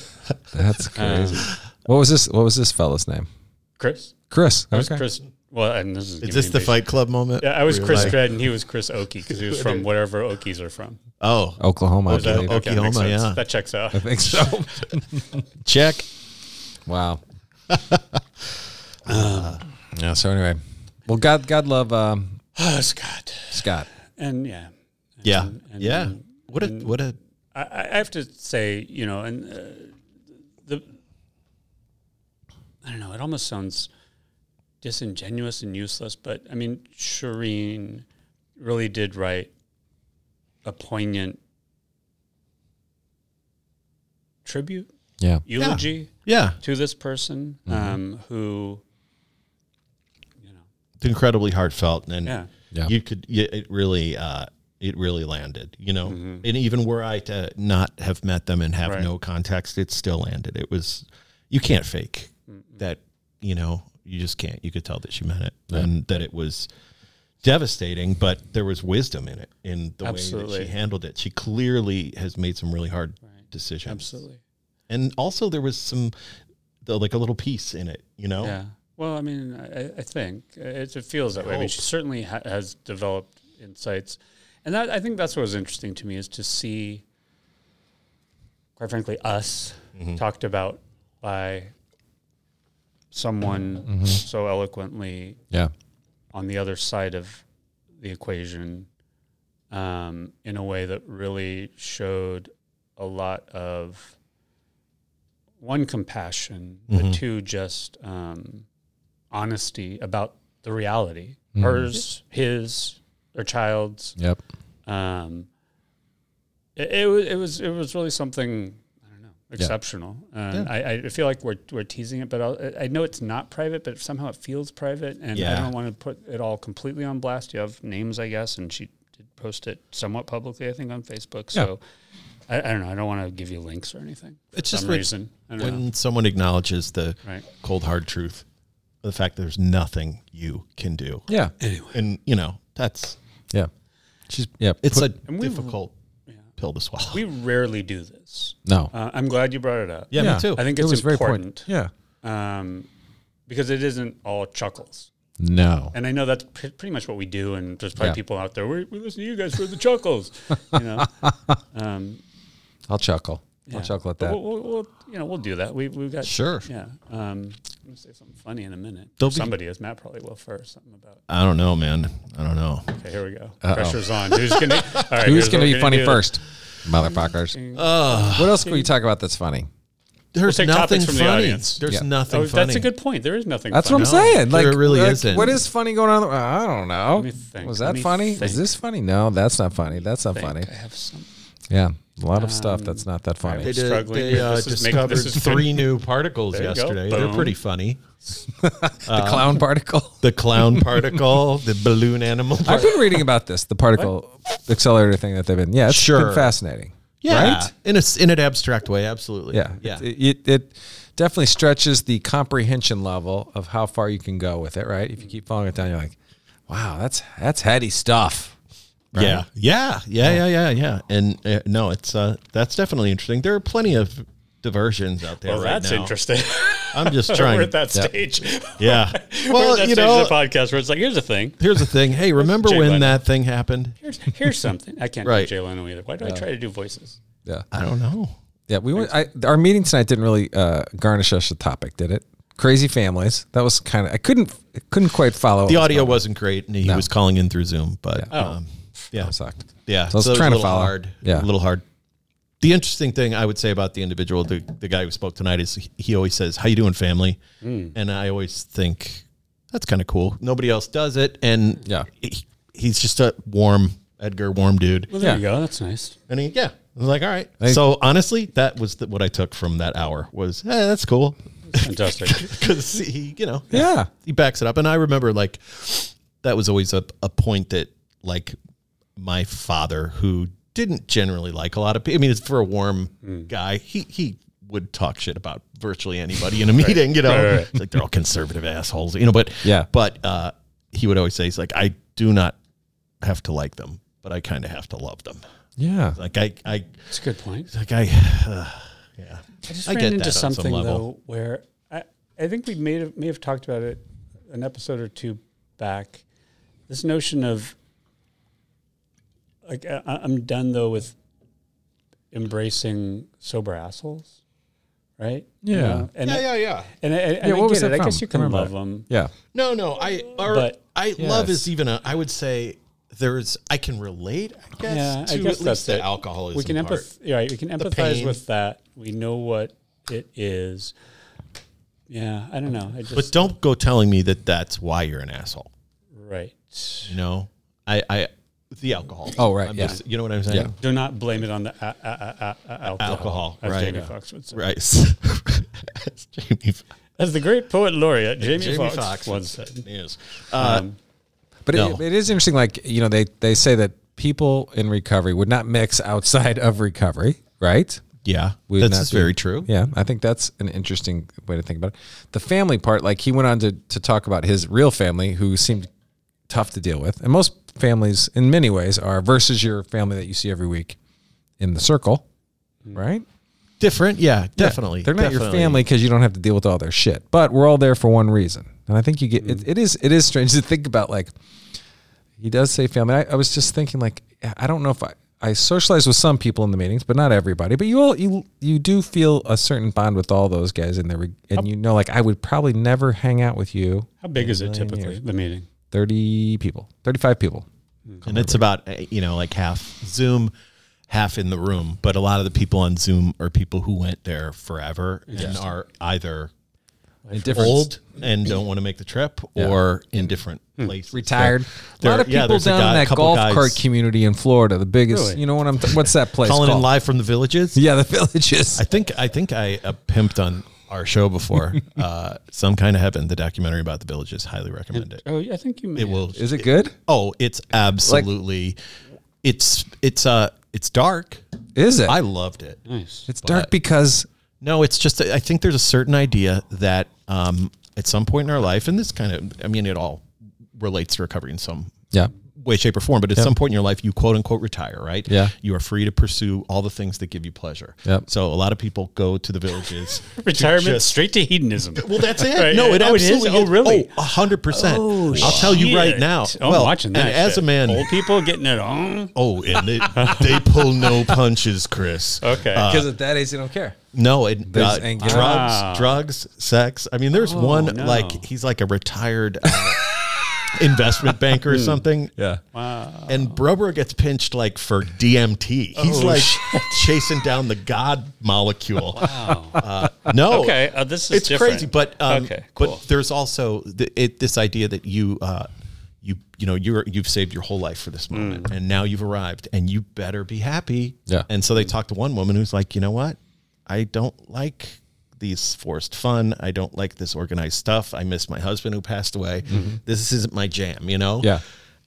Speaker 1: That's crazy. what was this? What was this fella's name?
Speaker 2: Chris.
Speaker 1: Chris.
Speaker 2: I was
Speaker 1: Okay.
Speaker 2: Chris. Well, and this is,
Speaker 3: Is this the Fight Club moment?
Speaker 2: Yeah, I was
Speaker 3: Where you're
Speaker 2: Chris
Speaker 3: like,
Speaker 2: Dredd and he was Chris Okie because he was from wherever Okies are from.
Speaker 3: Oh,
Speaker 1: Oklahoma. I
Speaker 2: So,
Speaker 1: believe.
Speaker 3: okay.
Speaker 2: that makes
Speaker 3: Oklahoma,
Speaker 2: sense.
Speaker 3: yeah.
Speaker 2: That checks out.
Speaker 1: I think so.
Speaker 3: check.
Speaker 1: Wow. yeah. So anyway, well, God, God love um,
Speaker 2: Oh, Scott.
Speaker 1: Scott.
Speaker 2: And yeah,
Speaker 3: Yeah,
Speaker 2: and-
Speaker 3: yeah. What a what a
Speaker 2: I, I I have to say, you know, and uh, the, I don't know, it almost sounds disingenuous and useless, but I mean, Shireen really did write a poignant tribute,
Speaker 1: Yeah.
Speaker 2: eulogy
Speaker 3: yeah.
Speaker 2: to this person um, who,
Speaker 3: It's incredibly heartfelt and
Speaker 2: yeah,
Speaker 1: Yeah.
Speaker 3: you could you, it really uh it really landed you know and even were i to not have met them and have
Speaker 2: Mm-hmm. Right.
Speaker 3: no context it still landed it was you can't fake that you know you just can't you could tell that she meant it and that it was devastating but there was wisdom in it in the way
Speaker 2: Absolutely.
Speaker 3: that she handled it she clearly has made some really hard decisions
Speaker 2: absolutely.
Speaker 3: and also there was some the, like a little piece in it you know
Speaker 2: Yeah. Well, I mean, I, I think it, it feels that way. I mean, she certainly ha- has developed insights, and that I think that's what was interesting to me is to see, quite frankly, us talked about by someone so eloquently
Speaker 1: Yeah.
Speaker 2: on the other side of the equation um, in a way that really showed a lot of one compassion, but two just um, honesty about the reality, hers, his, their child's.
Speaker 1: Yep.
Speaker 2: Um, it, it was it was it was really something I don't know exceptional. And I, I feel like we're we're teasing it, but I'll, I know it's not private, but somehow it feels private. And I
Speaker 3: Yeah.
Speaker 2: don't want to put it all completely on blast. You have names, I guess, and she did post it somewhat publicly, I think, on Facebook. So I, I don't know. I don't want to give you links or anything. For
Speaker 3: It's
Speaker 2: some
Speaker 3: just when-
Speaker 2: reason. I don't know.
Speaker 3: when someone acknowledges the
Speaker 2: Right.
Speaker 3: cold hard truth, the fact that there's nothing you can do,
Speaker 1: Yeah.
Speaker 3: and you know that's
Speaker 1: Yeah. She's yeah.
Speaker 3: it's
Speaker 1: put-
Speaker 3: a difficult pill to swallow.
Speaker 2: We rarely do this.
Speaker 1: no.
Speaker 2: Uh, I'm glad you brought it up.
Speaker 3: yeah,
Speaker 1: Yeah.
Speaker 3: me too.
Speaker 2: I think
Speaker 1: It
Speaker 2: it's
Speaker 1: was very
Speaker 2: important
Speaker 1: important. Yeah.
Speaker 2: um, because it isn't all chuckles.
Speaker 1: No.
Speaker 2: And I know that's pr- pretty much what we do. And there's probably
Speaker 1: Yeah.
Speaker 2: people out there, we, we listen to you guys for the chuckles. You know, um,
Speaker 1: I'll chuckle.
Speaker 2: yeah.
Speaker 1: I'll chuckle at
Speaker 2: But
Speaker 1: that.
Speaker 2: We'll, we'll, we'll, you know, we'll do that. We, we've got
Speaker 3: Sure.
Speaker 2: Yeah. Um, I'm gonna say something funny in a minute.
Speaker 3: There'll be-
Speaker 2: Somebody is Matt probably will first. Something about.
Speaker 3: I don't know, man. I don't know.
Speaker 2: Okay, here we go. Pressure's on. Who's gonna? All right,
Speaker 1: Who's
Speaker 2: here's
Speaker 1: going
Speaker 2: what
Speaker 1: to
Speaker 2: we're
Speaker 1: be funny
Speaker 2: do.
Speaker 1: first? Motherfuckers. what else can we talk about that's funny?
Speaker 3: There's
Speaker 2: take topics
Speaker 3: nothing
Speaker 2: from the
Speaker 3: funny.
Speaker 2: audience.
Speaker 3: There's
Speaker 1: Yeah.
Speaker 3: nothing
Speaker 2: Oh,
Speaker 3: funny.
Speaker 2: that's a good point. There is nothing.
Speaker 1: That's
Speaker 2: funny.
Speaker 1: what I'm saying.
Speaker 3: there
Speaker 1: Like,
Speaker 3: really
Speaker 1: like,
Speaker 3: isn't.
Speaker 1: What is funny going on? I don't know.
Speaker 2: me think.
Speaker 1: Was
Speaker 2: Let
Speaker 1: that
Speaker 2: me
Speaker 1: funny?
Speaker 2: think.
Speaker 1: Is this funny? No, that's not funny. That's not
Speaker 2: I think
Speaker 1: funny.
Speaker 2: I have some.
Speaker 1: Yeah, a lot of stuff that's not that funny.
Speaker 3: They,
Speaker 2: It's
Speaker 3: did,
Speaker 2: struggling
Speaker 3: they
Speaker 2: here.
Speaker 3: uh,
Speaker 2: This is making-
Speaker 3: discovered
Speaker 2: this is fin-
Speaker 3: three new particles
Speaker 2: There you go.
Speaker 3: yesterday. They're
Speaker 2: Boom.
Speaker 3: pretty funny.
Speaker 1: the clown particle.
Speaker 3: The clown particle, the balloon animal.
Speaker 1: I've been reading about this, the particle accelerator thing that they've been. Yeah, it's
Speaker 3: Sure.
Speaker 1: been fascinating.
Speaker 3: yeah,
Speaker 1: Right?
Speaker 3: in a s- in an abstract way, absolutely.
Speaker 1: Yeah.
Speaker 3: yeah.
Speaker 1: It, it, it definitely stretches the comprehension level of how far you can go with it, right? If you keep following it down, you're like, wow, that's that's heady stuff.
Speaker 3: Yeah, yeah, yeah, yeah, yeah, yeah. And uh, no, it's uh, that's definitely interesting. There are plenty of diversions out there.
Speaker 2: Well,
Speaker 3: right
Speaker 2: that's
Speaker 3: now.
Speaker 2: interesting.
Speaker 3: I'm just
Speaker 2: We're
Speaker 3: trying.
Speaker 2: at that
Speaker 1: Yeah.
Speaker 2: stage.
Speaker 3: Yeah.
Speaker 2: We're at
Speaker 3: Well,
Speaker 2: that
Speaker 3: you
Speaker 2: stage of
Speaker 3: know,
Speaker 2: the podcast where it's like, here's the thing.
Speaker 3: here's the thing. Hey, remember
Speaker 2: Jay
Speaker 3: when
Speaker 2: Leno.
Speaker 3: that thing happened?
Speaker 2: Here's here's something. I can't
Speaker 3: Right.
Speaker 2: do Jay Leno either. Why do I try to do voices?
Speaker 1: Yeah.
Speaker 3: I don't know.
Speaker 1: Yeah, we went. I, our meeting tonight didn't really uh, garnish us a topic, did it? Crazy families. That was kind of. I couldn't. I couldn't quite follow.
Speaker 3: The
Speaker 1: what
Speaker 3: audio wasn't great, and he was calling in through Zoom. But
Speaker 2: Oh.
Speaker 3: yeah, um, yeah.
Speaker 1: was going on. sucked.
Speaker 3: Yeah,
Speaker 1: So I was
Speaker 3: it a
Speaker 1: trying to
Speaker 3: little
Speaker 1: follow.
Speaker 3: Hard,
Speaker 1: Yeah.
Speaker 3: a little hard. The interesting thing I would say about the individual, the, the guy who spoke tonight, is he- he always says, "How you doing, family?"
Speaker 1: Hmm.
Speaker 3: And I always think that's kind of cool. Nobody else does it, and
Speaker 1: Yeah.
Speaker 3: he- he's just a warm Edgar, warm dude.
Speaker 2: Well, there
Speaker 1: Yeah.
Speaker 2: you go. That's nice.
Speaker 3: And he, yeah, I was like, "All right." so honestly, that was the, what I took from that hour was, "Hey, that's cool,"
Speaker 2: Fantastic.
Speaker 3: because he, you know,
Speaker 1: Yeah.
Speaker 3: he backs it up. And I remember like that was always a, a point that like my father, who didn't generally like a lot of people, I mean, it's for a warm
Speaker 2: Mm.
Speaker 3: guy, he he would talk shit about virtually anybody in a meeting, you know,
Speaker 2: right, right.
Speaker 3: It's like they're all conservative assholes, you know. But
Speaker 1: Yeah.
Speaker 3: but uh, he would always say he's like, I do not have to like them, but I kind of have to love them.
Speaker 1: Yeah.
Speaker 3: Like I I
Speaker 2: That's a good point.
Speaker 3: like I. Uh, yeah,
Speaker 2: I just
Speaker 3: I
Speaker 2: ran
Speaker 3: get
Speaker 2: into
Speaker 3: that on some
Speaker 2: something
Speaker 3: level.
Speaker 2: though where I, I think we may have, may have talked about it an episode or two back. This notion of like I, I- I'm done though with embracing sober assholes, right? You
Speaker 1: Yeah.
Speaker 2: know? And I,
Speaker 3: yeah.
Speaker 2: and I, and I
Speaker 1: Yeah, what was
Speaker 2: get it.
Speaker 1: that
Speaker 2: I
Speaker 1: from?
Speaker 2: guess you can
Speaker 1: Remember
Speaker 2: love
Speaker 1: that.
Speaker 2: them.
Speaker 1: Yeah.
Speaker 3: No, no. I or
Speaker 2: But-
Speaker 3: I
Speaker 1: Yes.
Speaker 3: love is even a. I would say there's. I can relate. I guess
Speaker 2: Yeah,
Speaker 3: to
Speaker 2: I guess
Speaker 3: at
Speaker 2: that's
Speaker 3: least the
Speaker 2: it.
Speaker 3: alcoholism.
Speaker 2: We can
Speaker 3: part.
Speaker 2: empath- yeah, right, we can empathize
Speaker 3: pain.
Speaker 2: with that. We know what it is. Yeah, I don't know. I
Speaker 3: but
Speaker 2: just
Speaker 3: don't go telling me that that's why you're an asshole.
Speaker 2: right.
Speaker 3: You know, I, I, the alcohol.
Speaker 1: Oh, right,
Speaker 3: I'm
Speaker 1: yeah.
Speaker 3: just- you know what I'm saying?
Speaker 1: Yeah.
Speaker 2: Do not blame it on the a- a- a- a- a- alcohol.
Speaker 3: Alcohol,
Speaker 2: as
Speaker 3: right.
Speaker 2: Jamie
Speaker 3: Yeah.
Speaker 2: Foxx would say.
Speaker 3: Right. That's Jamie.
Speaker 2: As the great poet laureate Jamie,
Speaker 3: Jamie
Speaker 2: Foxx
Speaker 3: Foxx
Speaker 2: once said.
Speaker 3: Yes. Uh,
Speaker 1: Um, But
Speaker 3: No.
Speaker 1: it, it is interesting. Like you know, they they say that people in recovery would not mix outside of recovery, right?
Speaker 3: yeah.
Speaker 1: We would
Speaker 3: That's
Speaker 1: not
Speaker 3: just
Speaker 1: be-
Speaker 3: very true.
Speaker 1: Yeah, I think that's an interesting way to think about it. The family part, like he went on to, to talk about his real family, who seemed tough to deal with, and most families, in many ways, are versus your family that you see every week in the circle, right?
Speaker 3: Different. Yeah. Definitely.
Speaker 1: They're not
Speaker 3: definitely.
Speaker 1: your family because you don't have to deal with all their shit. But we're all there for one reason, and I think you get it, it is it is strange to think about. Like he does say family. I, I was just thinking, like I don't know if I I socialize with some people in the meetings, but not everybody. But you all you you do feel a certain bond with all those guys in there, reg- and you know, like I would probably never hang out with you.
Speaker 2: How big is it typically, the meeting?
Speaker 1: Thirty people, thirty-five people.
Speaker 3: and it's about eh, you know like half Zoom, half in the room. But a lot of the people on Zoom are people who went there forever and are either
Speaker 1: In different-
Speaker 3: old and don't want to make the trip or in different places.
Speaker 1: Hmm. retired. a
Speaker 3: So
Speaker 1: lot
Speaker 3: there-
Speaker 1: of
Speaker 3: yeah,
Speaker 1: people
Speaker 3: there's a
Speaker 1: down
Speaker 3: guy-
Speaker 1: in that
Speaker 3: couple
Speaker 1: golf
Speaker 3: guys
Speaker 1: cart community in Florida, the biggest.
Speaker 2: Really?
Speaker 1: You know what I'm? Th- what's that place
Speaker 3: calling in
Speaker 1: called?
Speaker 3: live from the villages.
Speaker 1: Yeah, the villages.
Speaker 3: I think I think I uh, pimped on our show before. uh, Some kind of heaven, the documentary about the villages. Highly recommend it.
Speaker 2: Oh, yeah, I think you may.
Speaker 3: It will.
Speaker 1: Is it good?
Speaker 3: Oh, it's absolutely. it's it's uh it's dark.
Speaker 1: Is it?
Speaker 3: I loved it.
Speaker 2: Nice.
Speaker 1: it's dark because
Speaker 3: No, it's just I think there's a certain idea that um, at some point in our life, and this kind of I mean it all relates to recovery in some
Speaker 1: yeah,
Speaker 3: way, shape, or form. But at some point in your life, you quote unquote retire, right?
Speaker 1: Yeah.
Speaker 3: You are free to pursue all the things that give you pleasure.
Speaker 1: Yep.
Speaker 3: So a lot of people go to the villages. to
Speaker 2: Retirement
Speaker 3: just-
Speaker 2: straight to hedonism.
Speaker 3: well, that's it.
Speaker 2: Right.
Speaker 3: No, it
Speaker 2: Oh, it is?
Speaker 3: absolutely.
Speaker 2: Oh,
Speaker 3: is.
Speaker 2: really?
Speaker 3: Oh, hundred percent. I'll tell you right
Speaker 2: Oh, Shit. Oh,
Speaker 3: now.
Speaker 2: I'm
Speaker 3: well,
Speaker 2: watching that.
Speaker 3: And as
Speaker 2: shit.
Speaker 3: a man,
Speaker 2: old people getting it on.
Speaker 3: oh, and they, they pull no punches, Chris.
Speaker 2: Okay.
Speaker 3: uh,
Speaker 1: because at that age they don't care.
Speaker 3: No, and
Speaker 1: There's
Speaker 3: uh,
Speaker 1: ang-
Speaker 3: drugs, drugs, sex. I mean, there's one
Speaker 2: no.
Speaker 3: like he's like a retired uh, investment banker or something.
Speaker 1: Yeah,
Speaker 3: And Brobro gets pinched like for DMT. He's like chasing down the God molecule. Uh, no,
Speaker 2: Okay, uh, this is
Speaker 3: it's
Speaker 2: different.
Speaker 3: crazy. But um,
Speaker 2: Okay, cool.
Speaker 3: but there's also the, it, this idea that you uh, you you know you're you've saved your whole life for this
Speaker 2: Hmm.
Speaker 3: moment, and now you've arrived, and you better be happy.
Speaker 1: Yeah.
Speaker 3: And so they talked to one woman who's like, you know what, I don't like these forced fun. I don't like this organized stuff. I miss my husband who passed away.
Speaker 2: Mm-hmm.
Speaker 3: This isn't my jam. You know.
Speaker 1: Yeah.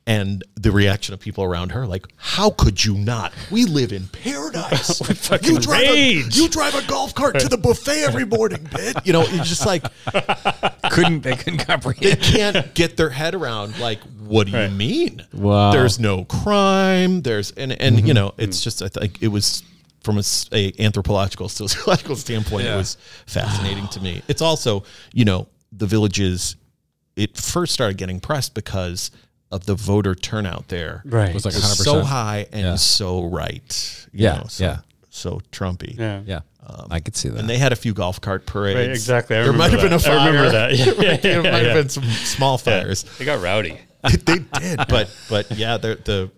Speaker 3: And the reaction of people around her, like, how could you not? We live in paradise. you, drive A,
Speaker 2: rage.
Speaker 3: you drive a golf cart to the buffet every morning, bitch. You know, it's just like
Speaker 1: couldn't they couldn't
Speaker 3: they
Speaker 1: comprehend?
Speaker 3: can't get their head around like, what do you mean?
Speaker 1: Wow.
Speaker 3: There's no crime. There's and and
Speaker 2: Mm-hmm.
Speaker 3: you know, it's just I think it was from a, s- a anthropological sociological standpoint,
Speaker 1: Yeah.
Speaker 3: it was fascinating to me. It's also you know the villages. It first started getting pressed because of the voter turnout there.
Speaker 2: Right.
Speaker 1: It was like
Speaker 3: It was
Speaker 1: 100.
Speaker 3: so
Speaker 1: percent.
Speaker 3: high and so right. you
Speaker 1: Yeah,
Speaker 3: know, so,
Speaker 1: yeah.
Speaker 3: So Trumpy.
Speaker 2: yeah.
Speaker 1: Yeah, I could see that.
Speaker 3: And they had a few golf cart parades.
Speaker 2: Right, exactly. I
Speaker 3: there might have
Speaker 2: remember
Speaker 3: been a
Speaker 2: that.
Speaker 3: fire.
Speaker 2: I remember that. Yeah,
Speaker 3: there might,
Speaker 2: yeah,
Speaker 3: there might
Speaker 2: yeah.
Speaker 3: have been some small fires.
Speaker 2: They got rowdy.
Speaker 3: they did, but but yeah, the the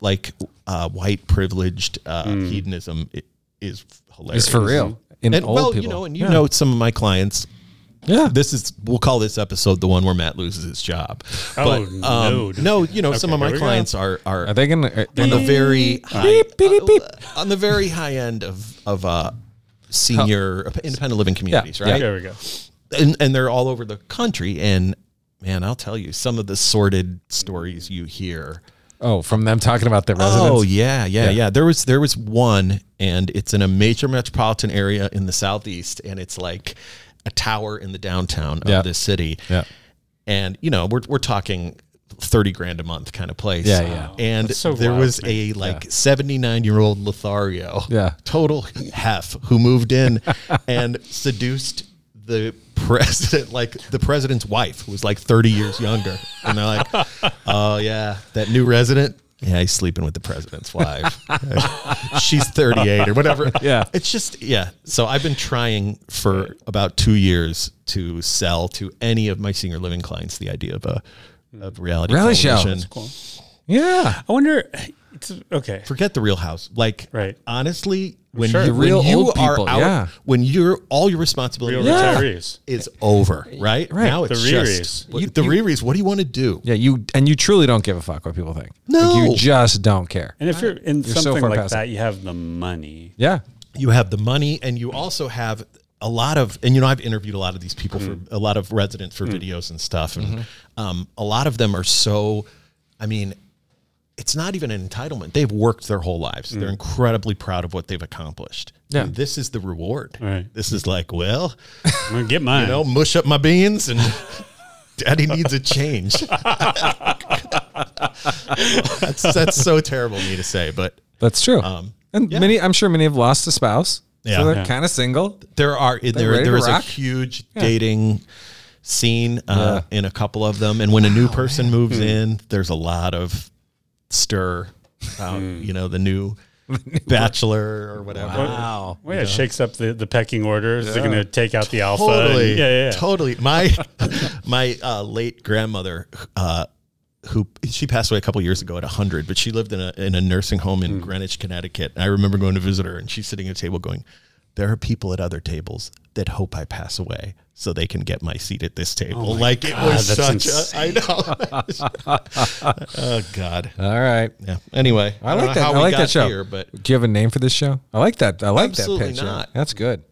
Speaker 3: like uh, white privileged uh,
Speaker 2: Hmm.
Speaker 3: hedonism i- is hilarious.
Speaker 1: it's for real. In
Speaker 3: And
Speaker 1: old
Speaker 3: well,
Speaker 1: people,
Speaker 3: you know, and you
Speaker 1: yeah.
Speaker 3: know some of my clients.
Speaker 1: yeah,
Speaker 3: This is we'll call this episode the one where Matt loses his job.
Speaker 2: Oh,
Speaker 3: But,
Speaker 2: no,
Speaker 3: um,
Speaker 2: don't
Speaker 3: no, you know, some
Speaker 2: Okay,
Speaker 3: of my
Speaker 2: here we go.
Speaker 3: clients are are
Speaker 1: are they gonna? Are,
Speaker 3: on the very high, uh,
Speaker 1: Beep, beep, beep.
Speaker 3: on the very high end of of uh, senior independent living communities,
Speaker 1: Oh. yeah.
Speaker 3: right?
Speaker 2: There we go.
Speaker 3: And and they're all over the country. And man, I'll tell you, some of the sordid stories you hear.
Speaker 1: oh, from them talking about their residents.
Speaker 3: Oh yeah, yeah, yeah, There was there was one, and it's in a major metropolitan area in the southeast, and it's like a tower in the downtown of
Speaker 1: Yeah.
Speaker 3: this city.
Speaker 1: Yeah.
Speaker 3: And you know, we're we're talking thirty grand a month kind of place.
Speaker 1: Yeah, yeah. Wow.
Speaker 3: And
Speaker 2: That's so
Speaker 3: there
Speaker 2: wild,
Speaker 3: was a like seventy nine year old Lothario,
Speaker 1: Yeah.
Speaker 3: total hef who moved in and seduced the president like the president's wife who was like 30 years younger and they're like oh yeah that new resident yeah he's sleeping with the president's wife she's 38 or whatever
Speaker 1: Yeah.
Speaker 3: it's just yeah so i've been trying for about two years to sell to any of my senior living clients the idea of a of reality
Speaker 1: Reality show.
Speaker 3: television.
Speaker 1: That's yeah.
Speaker 2: I wonder. It's okay.
Speaker 3: forget the real house like
Speaker 2: Right.
Speaker 3: honestly when
Speaker 2: Sure.
Speaker 3: you,
Speaker 2: The
Speaker 3: when
Speaker 1: real
Speaker 3: you
Speaker 1: old
Speaker 3: are
Speaker 1: people,
Speaker 3: out
Speaker 1: yeah.
Speaker 3: when you're all your responsibility
Speaker 2: Real
Speaker 1: Yeah.
Speaker 2: retirees.
Speaker 3: is over, right?
Speaker 1: Right.
Speaker 3: Now it's
Speaker 2: The
Speaker 3: just
Speaker 2: re-reads.
Speaker 3: you, the re-reads. What do you want to do?
Speaker 1: Yeah, you and you truly don't give a fuck what people think.
Speaker 3: No.
Speaker 1: like you just don't care.
Speaker 2: And if you're in
Speaker 1: You're so
Speaker 2: something
Speaker 1: far
Speaker 2: like
Speaker 1: past
Speaker 2: that, you have the money.
Speaker 1: Yeah,
Speaker 3: You have the money, and you also have a lot of. And you know, I've interviewed a lot of these people for a lot of residents for videos and stuff, and um, a lot of them are so. I mean, it's not even an entitlement. They've worked their whole lives. They're incredibly proud of what they've accomplished.
Speaker 1: Yeah.
Speaker 3: And this is the reward.
Speaker 2: Right.
Speaker 3: This is like, well,
Speaker 2: I'm gonna get mine.
Speaker 3: you know, mush up my beans and. Daddy needs a change. that's, that's so terrible of me to say, but
Speaker 1: that's true. and many, I'm sure many have lost a spouse.
Speaker 3: Yeah.
Speaker 1: so they're
Speaker 3: Yeah.
Speaker 1: kind of single.
Speaker 3: there are there
Speaker 1: ready to
Speaker 3: there is a
Speaker 1: rock?
Speaker 3: huge dating scene uh, Hmm. in a couple of them, and when a new person moves in, there's a lot of stir. about you know Hmm. the new bachelor or whatever.
Speaker 1: Wow.
Speaker 2: Well, yeah, it shakes up the, the pecking order. They're going to take out the alpha. and-
Speaker 3: Totally,
Speaker 2: yeah, yeah, yeah.
Speaker 3: totally. My my uh, late grandmother, uh, who she passed away a couple years ago at hundred, but she lived in a in a nursing home
Speaker 1: Hmm.
Speaker 3: in Greenwich, Connecticut. And I remember going to visit her, and she's sitting at a table going, "There are people at other tables that hope I pass away." So they can get my seat at this table.
Speaker 1: Oh
Speaker 3: like it was
Speaker 2: that's
Speaker 3: such a, I know. oh God.
Speaker 1: All right.
Speaker 3: Yeah. Anyway,
Speaker 1: I
Speaker 3: don't know
Speaker 1: like that.
Speaker 3: how
Speaker 1: I
Speaker 3: we
Speaker 1: like
Speaker 3: got
Speaker 1: that show.
Speaker 3: here, but
Speaker 1: Do you have a name for this show? I like that. I like
Speaker 3: Absolutely
Speaker 1: that pitch. yeah.
Speaker 3: not.
Speaker 1: That's good.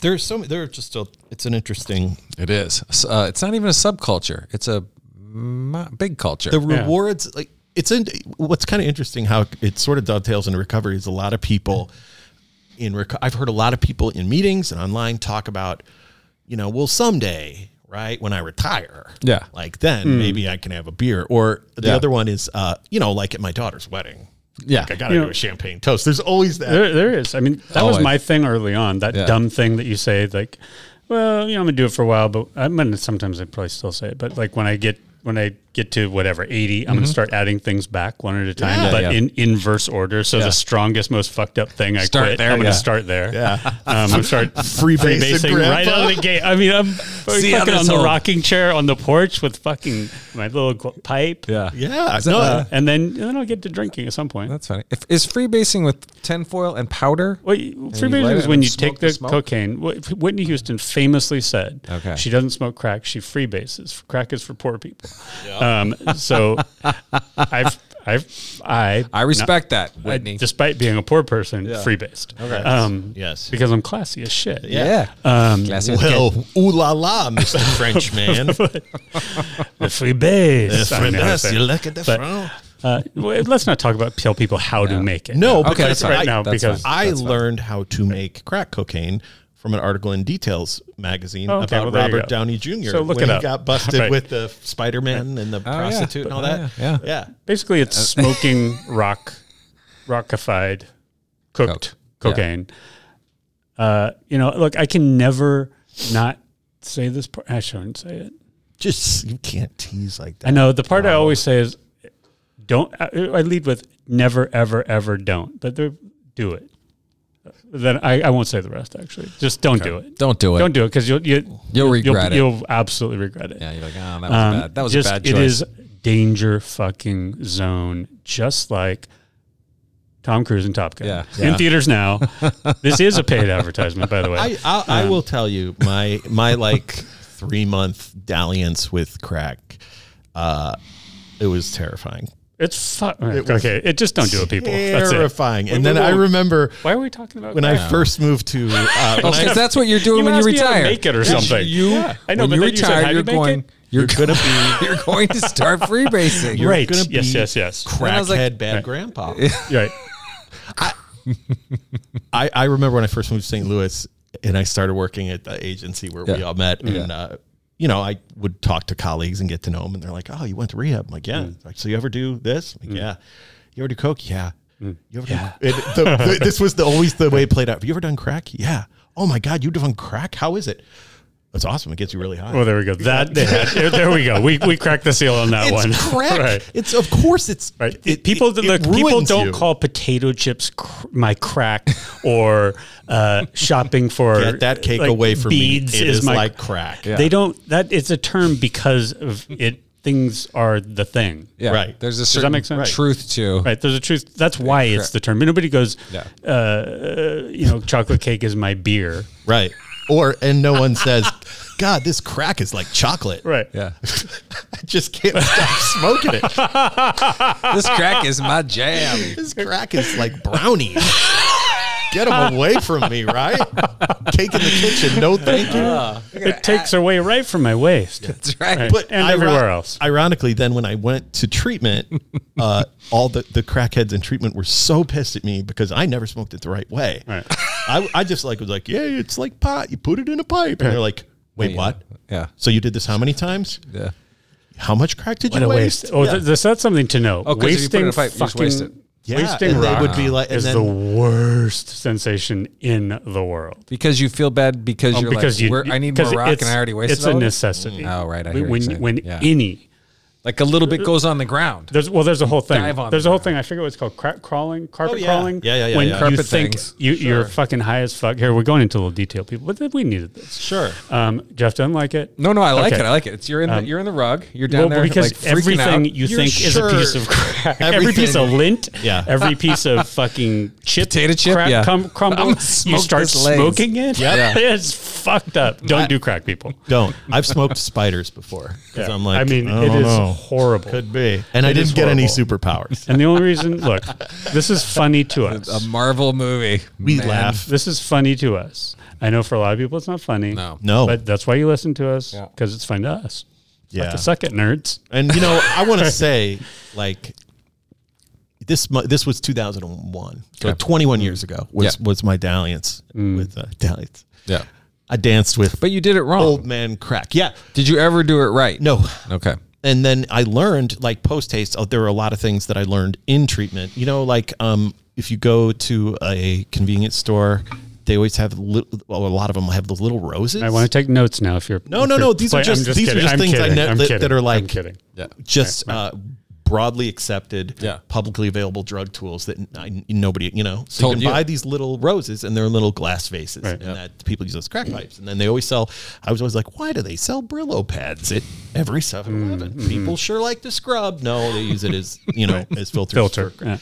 Speaker 3: there's so many. There are just a. It's an interesting.
Speaker 1: It is. S- Uh, it's not even a subculture. It's a mo- big culture.
Speaker 3: The rewards, like it's in. What's kind of interesting how it sort of dovetails into recovery is a lot of people in. Reco- I've heard a lot of people in meetings and online talk about, you know, well someday, right when I retire,
Speaker 1: Yeah. Hmm.
Speaker 3: like then maybe I can have a beer. Or the
Speaker 1: Yeah.
Speaker 3: other one is, uh, you know, like at my daughter's wedding,
Speaker 1: yeah.
Speaker 3: like I got to
Speaker 2: You
Speaker 3: do
Speaker 2: know-
Speaker 3: a champagne toast. There's always that.
Speaker 2: There, there is. I mean, that
Speaker 1: Oh, I-
Speaker 2: was my thing early on. That
Speaker 1: Yeah.
Speaker 2: dumb thing that you say, like, well, you know, I'm gonna do it for a while, but I'm gonna. Sometimes I probably still say it, but like when I get when I get to whatever 80, I'm gonna start adding things back one at a time,
Speaker 3: Yeah.
Speaker 2: but
Speaker 1: Mm-hmm. Yeah.
Speaker 2: in inverse order. So
Speaker 1: Yeah.
Speaker 2: the strongest, most fucked up thing I
Speaker 1: Start
Speaker 2: quit.
Speaker 1: there,
Speaker 2: I'm gonna
Speaker 1: yeah.
Speaker 2: start there.
Speaker 3: Yeah.
Speaker 2: Um, I'm start free
Speaker 3: Freebasing
Speaker 2: basing right
Speaker 3: grandpa.
Speaker 2: out of the gate. I mean, I'm
Speaker 1: See how
Speaker 2: fucking
Speaker 1: this
Speaker 2: on the
Speaker 1: whole-
Speaker 2: rocking chair on the porch with fucking my little qu- pipe.
Speaker 1: Yeah.
Speaker 3: Yeah.
Speaker 1: that,
Speaker 3: no,
Speaker 1: uh,
Speaker 2: And then, and then I'll get to drinking at some point.
Speaker 1: That's funny. If, is freebasing with tinfoil and powder?
Speaker 2: Well, you-
Speaker 1: light
Speaker 2: freebasing
Speaker 1: it
Speaker 2: is
Speaker 1: and
Speaker 2: when you
Speaker 1: smoke
Speaker 2: take
Speaker 1: the
Speaker 2: the,
Speaker 1: smoke?
Speaker 2: cocaine. Wh- Whitney Houston famously said,
Speaker 1: Okay.
Speaker 2: she doesn't smoke crack; she freebases. Crack is for poor people." Um, so, I've, I've, I,
Speaker 1: I respect that,
Speaker 2: I-
Speaker 1: Whitney.
Speaker 2: despite being a poor person, freebased. Okay. Um,
Speaker 3: Yes.
Speaker 2: because I'm classy as shit.
Speaker 1: yeah.
Speaker 2: Um,
Speaker 1: Classy with
Speaker 3: Well, ooh la la, Mr. Frenchman.
Speaker 2: the freebase. I know
Speaker 3: Yes,
Speaker 2: that.
Speaker 3: you look at the
Speaker 2: But-
Speaker 3: front.
Speaker 2: Uh, well, let's not talk about tell people how to make it.
Speaker 3: No,
Speaker 1: Okay,
Speaker 3: because
Speaker 1: that's fine.
Speaker 3: I,
Speaker 2: right now
Speaker 1: That's
Speaker 2: because
Speaker 1: fine.
Speaker 3: I learned how to make crack cocaine from an article in Details magazine
Speaker 2: Oh, okay,
Speaker 3: about
Speaker 2: well, there you
Speaker 3: Robert
Speaker 2: go.
Speaker 3: Downey Jr.
Speaker 2: So look
Speaker 3: when
Speaker 2: it
Speaker 3: he
Speaker 2: up.
Speaker 3: got busted
Speaker 2: Right.
Speaker 3: with the Spider Man and the
Speaker 1: yeah.
Speaker 3: prostitute and all
Speaker 1: Oh,
Speaker 3: that.
Speaker 1: yeah,
Speaker 3: yeah.
Speaker 2: basically it's
Speaker 1: Uh,
Speaker 2: smoking rock rockified cooked
Speaker 1: Coke, yeah.
Speaker 2: cocaine uh you know look i can never not say this part i shouldn't say it
Speaker 3: Just you can't tease like
Speaker 2: i
Speaker 3: that.
Speaker 2: know the part i always say is don't I, I lead with never ever ever don't but there- do it then I, I won't say the rest actually just don't do it
Speaker 1: Don't do it.
Speaker 2: don't do it because you'll, you,
Speaker 1: You'll regret it.
Speaker 2: you'll, you'll absolutely regret it
Speaker 1: Yeah, you're like, oh, that was
Speaker 2: um,
Speaker 1: bad. That was
Speaker 2: just,
Speaker 1: a bad choice.
Speaker 2: It is danger fucking zone, just like Tom Cruise and Top Gun.
Speaker 1: Yeah.
Speaker 2: In theaters now. this is a paid advertisement, by the way.
Speaker 3: I, I, I will tell you my my like three month dalliance with crack. Uh, it was terrifying.
Speaker 2: it's fu- okay. It just don't do it, people. That's it.
Speaker 3: Terrifying. And
Speaker 2: Wait,
Speaker 3: then
Speaker 2: wait,
Speaker 3: I
Speaker 2: wait.
Speaker 3: remember
Speaker 2: Why are we talking about
Speaker 3: when
Speaker 2: that?
Speaker 3: I first moved to uh,
Speaker 1: Oh,
Speaker 3: when I-
Speaker 1: 'cause that's what you're doing
Speaker 2: You
Speaker 1: when you
Speaker 2: asked me how to
Speaker 1: retire.
Speaker 2: make it or something.
Speaker 1: You,
Speaker 2: Yeah. I know,
Speaker 1: when
Speaker 2: but
Speaker 1: you
Speaker 2: then you said,
Speaker 1: retire,
Speaker 2: how do
Speaker 1: you're
Speaker 2: you make
Speaker 1: going.
Speaker 2: it?
Speaker 1: You're gonna be. You're going to start freebasing.
Speaker 3: you're
Speaker 2: Right.
Speaker 3: gonna be
Speaker 2: Yes, yes, yes.
Speaker 1: And I was
Speaker 3: crackhead
Speaker 1: like-
Speaker 3: bad grandpa.
Speaker 2: Right.
Speaker 3: I, I remember when I first moved to St. Louis and I started working at the agency where we
Speaker 1: Yeah.
Speaker 3: all met. And, uh, you know, I would talk to colleagues and get to know them. And they're like, oh, you went to rehab? I'm like, yeah.
Speaker 2: Mm.
Speaker 3: Like, so you ever do this? I'm like, yeah. You ever do Coke? Yeah.
Speaker 2: Mm.
Speaker 3: You ever do, and the, the- this was the, always the way it played out. Have you ever done crack? Yeah. Oh my God, you've done crack? How is it? That's awesome. It gets you really high.
Speaker 2: Well, there we go. That they had- there, there we go. We we cracked the seal on that
Speaker 3: it's
Speaker 2: one.
Speaker 3: crack.
Speaker 2: right.
Speaker 3: It's of course it's
Speaker 2: Right.
Speaker 3: it-
Speaker 2: people
Speaker 3: it-
Speaker 2: look,
Speaker 3: it
Speaker 2: people
Speaker 3: ruins
Speaker 2: don't
Speaker 3: you.
Speaker 2: call potato chips cr- my crack or uh, shopping for
Speaker 3: Get that cake
Speaker 2: like,
Speaker 3: away from
Speaker 2: beads
Speaker 3: me. It is,
Speaker 2: my
Speaker 3: like crack.
Speaker 2: They don't. That it's a term because of it. Things are the thing.
Speaker 1: Yeah,
Speaker 3: Right.
Speaker 1: There's a
Speaker 2: that
Speaker 1: certain
Speaker 2: make sense?
Speaker 1: truth to.
Speaker 2: Right. There's a truth. That's why it's the term. Nobody goes.
Speaker 1: Yeah.
Speaker 2: Uh, you know, chocolate cake is my beer.
Speaker 3: Right. Or and no one says, God, this crack is like chocolate.
Speaker 2: Right.
Speaker 1: Yeah.
Speaker 3: I just can't stop smoking it.
Speaker 1: this crack is my jam.
Speaker 3: This crack is like brownies. Get them away from me, right? Cake in the kitchen, no thank you.
Speaker 2: It takes away right from my waist.
Speaker 1: That's right.
Speaker 2: Right. and
Speaker 3: iro-
Speaker 2: everywhere else.
Speaker 3: Ironically, then when I went to treatment, uh, all the, the crackheads in treatment were so pissed at me because I never smoked it the right way.
Speaker 2: Right.
Speaker 3: I, I just like was like, yeah, it's like pot. You put it in a pipe, and they're like, wait, what?
Speaker 1: Yeah.
Speaker 3: So you did this how many times?
Speaker 1: Yeah.
Speaker 3: How much crack did
Speaker 2: What
Speaker 3: you
Speaker 2: a
Speaker 3: waste?
Speaker 2: waste. Oh, th- th- that's something to know.
Speaker 1: Oh, 'cause if you put it in a pipe, you just waste it.
Speaker 3: Yeah,
Speaker 2: Wasting
Speaker 3: and they
Speaker 2: rock
Speaker 3: would be like- and
Speaker 2: is
Speaker 3: then-
Speaker 2: the worst sensation in the world.
Speaker 1: Because you feel bad because
Speaker 2: Um,
Speaker 1: you're like, We're, I need more
Speaker 2: because
Speaker 1: rock and
Speaker 2: it's-
Speaker 1: I already wasted
Speaker 2: It's
Speaker 1: all
Speaker 2: a
Speaker 1: of it?
Speaker 2: necessity.
Speaker 1: Mm. Oh, right, I
Speaker 2: When-
Speaker 1: hear what you're
Speaker 2: when
Speaker 1: saying.
Speaker 2: when
Speaker 1: Yeah.
Speaker 2: any
Speaker 1: Like a little
Speaker 2: Uh,
Speaker 1: bit goes on the ground.
Speaker 2: There's well, there's a whole thing.
Speaker 1: Dive on
Speaker 2: There's
Speaker 1: the
Speaker 2: a whole thing. I forget what it's called. Cra- crawling, carpet
Speaker 3: Oh, yeah.
Speaker 2: crawling.
Speaker 3: Yeah, yeah, yeah,
Speaker 2: When
Speaker 3: yeah.
Speaker 2: you
Speaker 1: Carpet
Speaker 2: think
Speaker 1: things.
Speaker 2: you, you're fucking high as fuck. Here we're going into a little detail, people, but we needed this.
Speaker 3: Sure.
Speaker 2: Um, Jeff doesn't like it.
Speaker 1: No, no, I like
Speaker 2: Okay. Um,
Speaker 1: it. I like it. It's you're in the, you're in the rug. You're down
Speaker 2: Well,
Speaker 1: there
Speaker 2: because
Speaker 1: like freaking
Speaker 2: everything
Speaker 1: out.
Speaker 2: you
Speaker 3: You're
Speaker 2: think is a piece
Speaker 3: sure
Speaker 2: of crack, every
Speaker 3: everything-
Speaker 2: piece of lint,
Speaker 3: Yeah.
Speaker 2: every piece of fucking chip,
Speaker 1: Potato chip,
Speaker 2: crack,
Speaker 1: yeah.
Speaker 2: cum- crumble.
Speaker 1: I'ma
Speaker 2: You
Speaker 1: smoke
Speaker 2: start
Speaker 1: this lace.
Speaker 2: smoking it.
Speaker 1: Yeah.
Speaker 2: it's fucked up. Don't do crack, people.
Speaker 3: Don't. I've smoked spiders before. 'cause
Speaker 2: Yeah.
Speaker 3: I'm like,
Speaker 2: I mean,
Speaker 3: I
Speaker 2: it
Speaker 3: don't
Speaker 2: is
Speaker 3: know.
Speaker 2: horrible.
Speaker 3: Could be. And I
Speaker 2: It is
Speaker 3: didn't get any
Speaker 2: horrible.
Speaker 3: superpowers.
Speaker 2: And the only reason, look, this is funny to us.
Speaker 1: a Marvel movie.
Speaker 3: We
Speaker 1: Man.
Speaker 3: laugh.
Speaker 2: This is funny to us. I know for a lot of people it's not funny.
Speaker 1: No.
Speaker 3: No.
Speaker 2: But that's why you listen to us
Speaker 1: Yeah.
Speaker 2: because it's fun to us.
Speaker 3: yeah.
Speaker 2: To suck it, nerds.
Speaker 3: And you know, I want to say like this. mu- This was 2001, so 21 years ago was
Speaker 1: Yeah.
Speaker 3: was my dalliance with uh, dalliance.
Speaker 1: Yeah.
Speaker 3: I danced with
Speaker 1: But you did it wrong.
Speaker 3: old man crack. Yeah,
Speaker 1: Did you ever do it right?
Speaker 3: no.
Speaker 1: Okay.
Speaker 3: And then I learned like post haste. Oh, there were a lot of things that I learned in treatment. You know, like um, if you go to a convenience store, they always have little, well, a lot of them have those little roses.
Speaker 2: I want to take notes now if you're.
Speaker 3: No,
Speaker 2: if
Speaker 3: no,
Speaker 2: you're
Speaker 3: no. These are
Speaker 2: play- I'm
Speaker 3: just, these
Speaker 2: kidding.
Speaker 3: are just
Speaker 2: I'm
Speaker 3: things I
Speaker 2: kidding.
Speaker 3: know
Speaker 2: I'm
Speaker 3: that,
Speaker 2: kidding.
Speaker 3: that are like
Speaker 2: I'm kidding.
Speaker 3: just uh, broadly accepted,
Speaker 1: Yeah.
Speaker 3: publicly available drug tools that n- I- nobody, you know, so
Speaker 1: Told
Speaker 3: you can
Speaker 1: you.
Speaker 3: buy these little roses and they're in little glass vases,
Speaker 2: Right.
Speaker 3: and that people use those crack pipes, and then they always sell. I was always like, why do they sell Brillo pads at every 7-Eleven?
Speaker 2: Mm-hmm.
Speaker 3: People sure like to scrub. No, they use it as you know as filters.
Speaker 2: Filter.
Speaker 3: for-
Speaker 2: Yeah.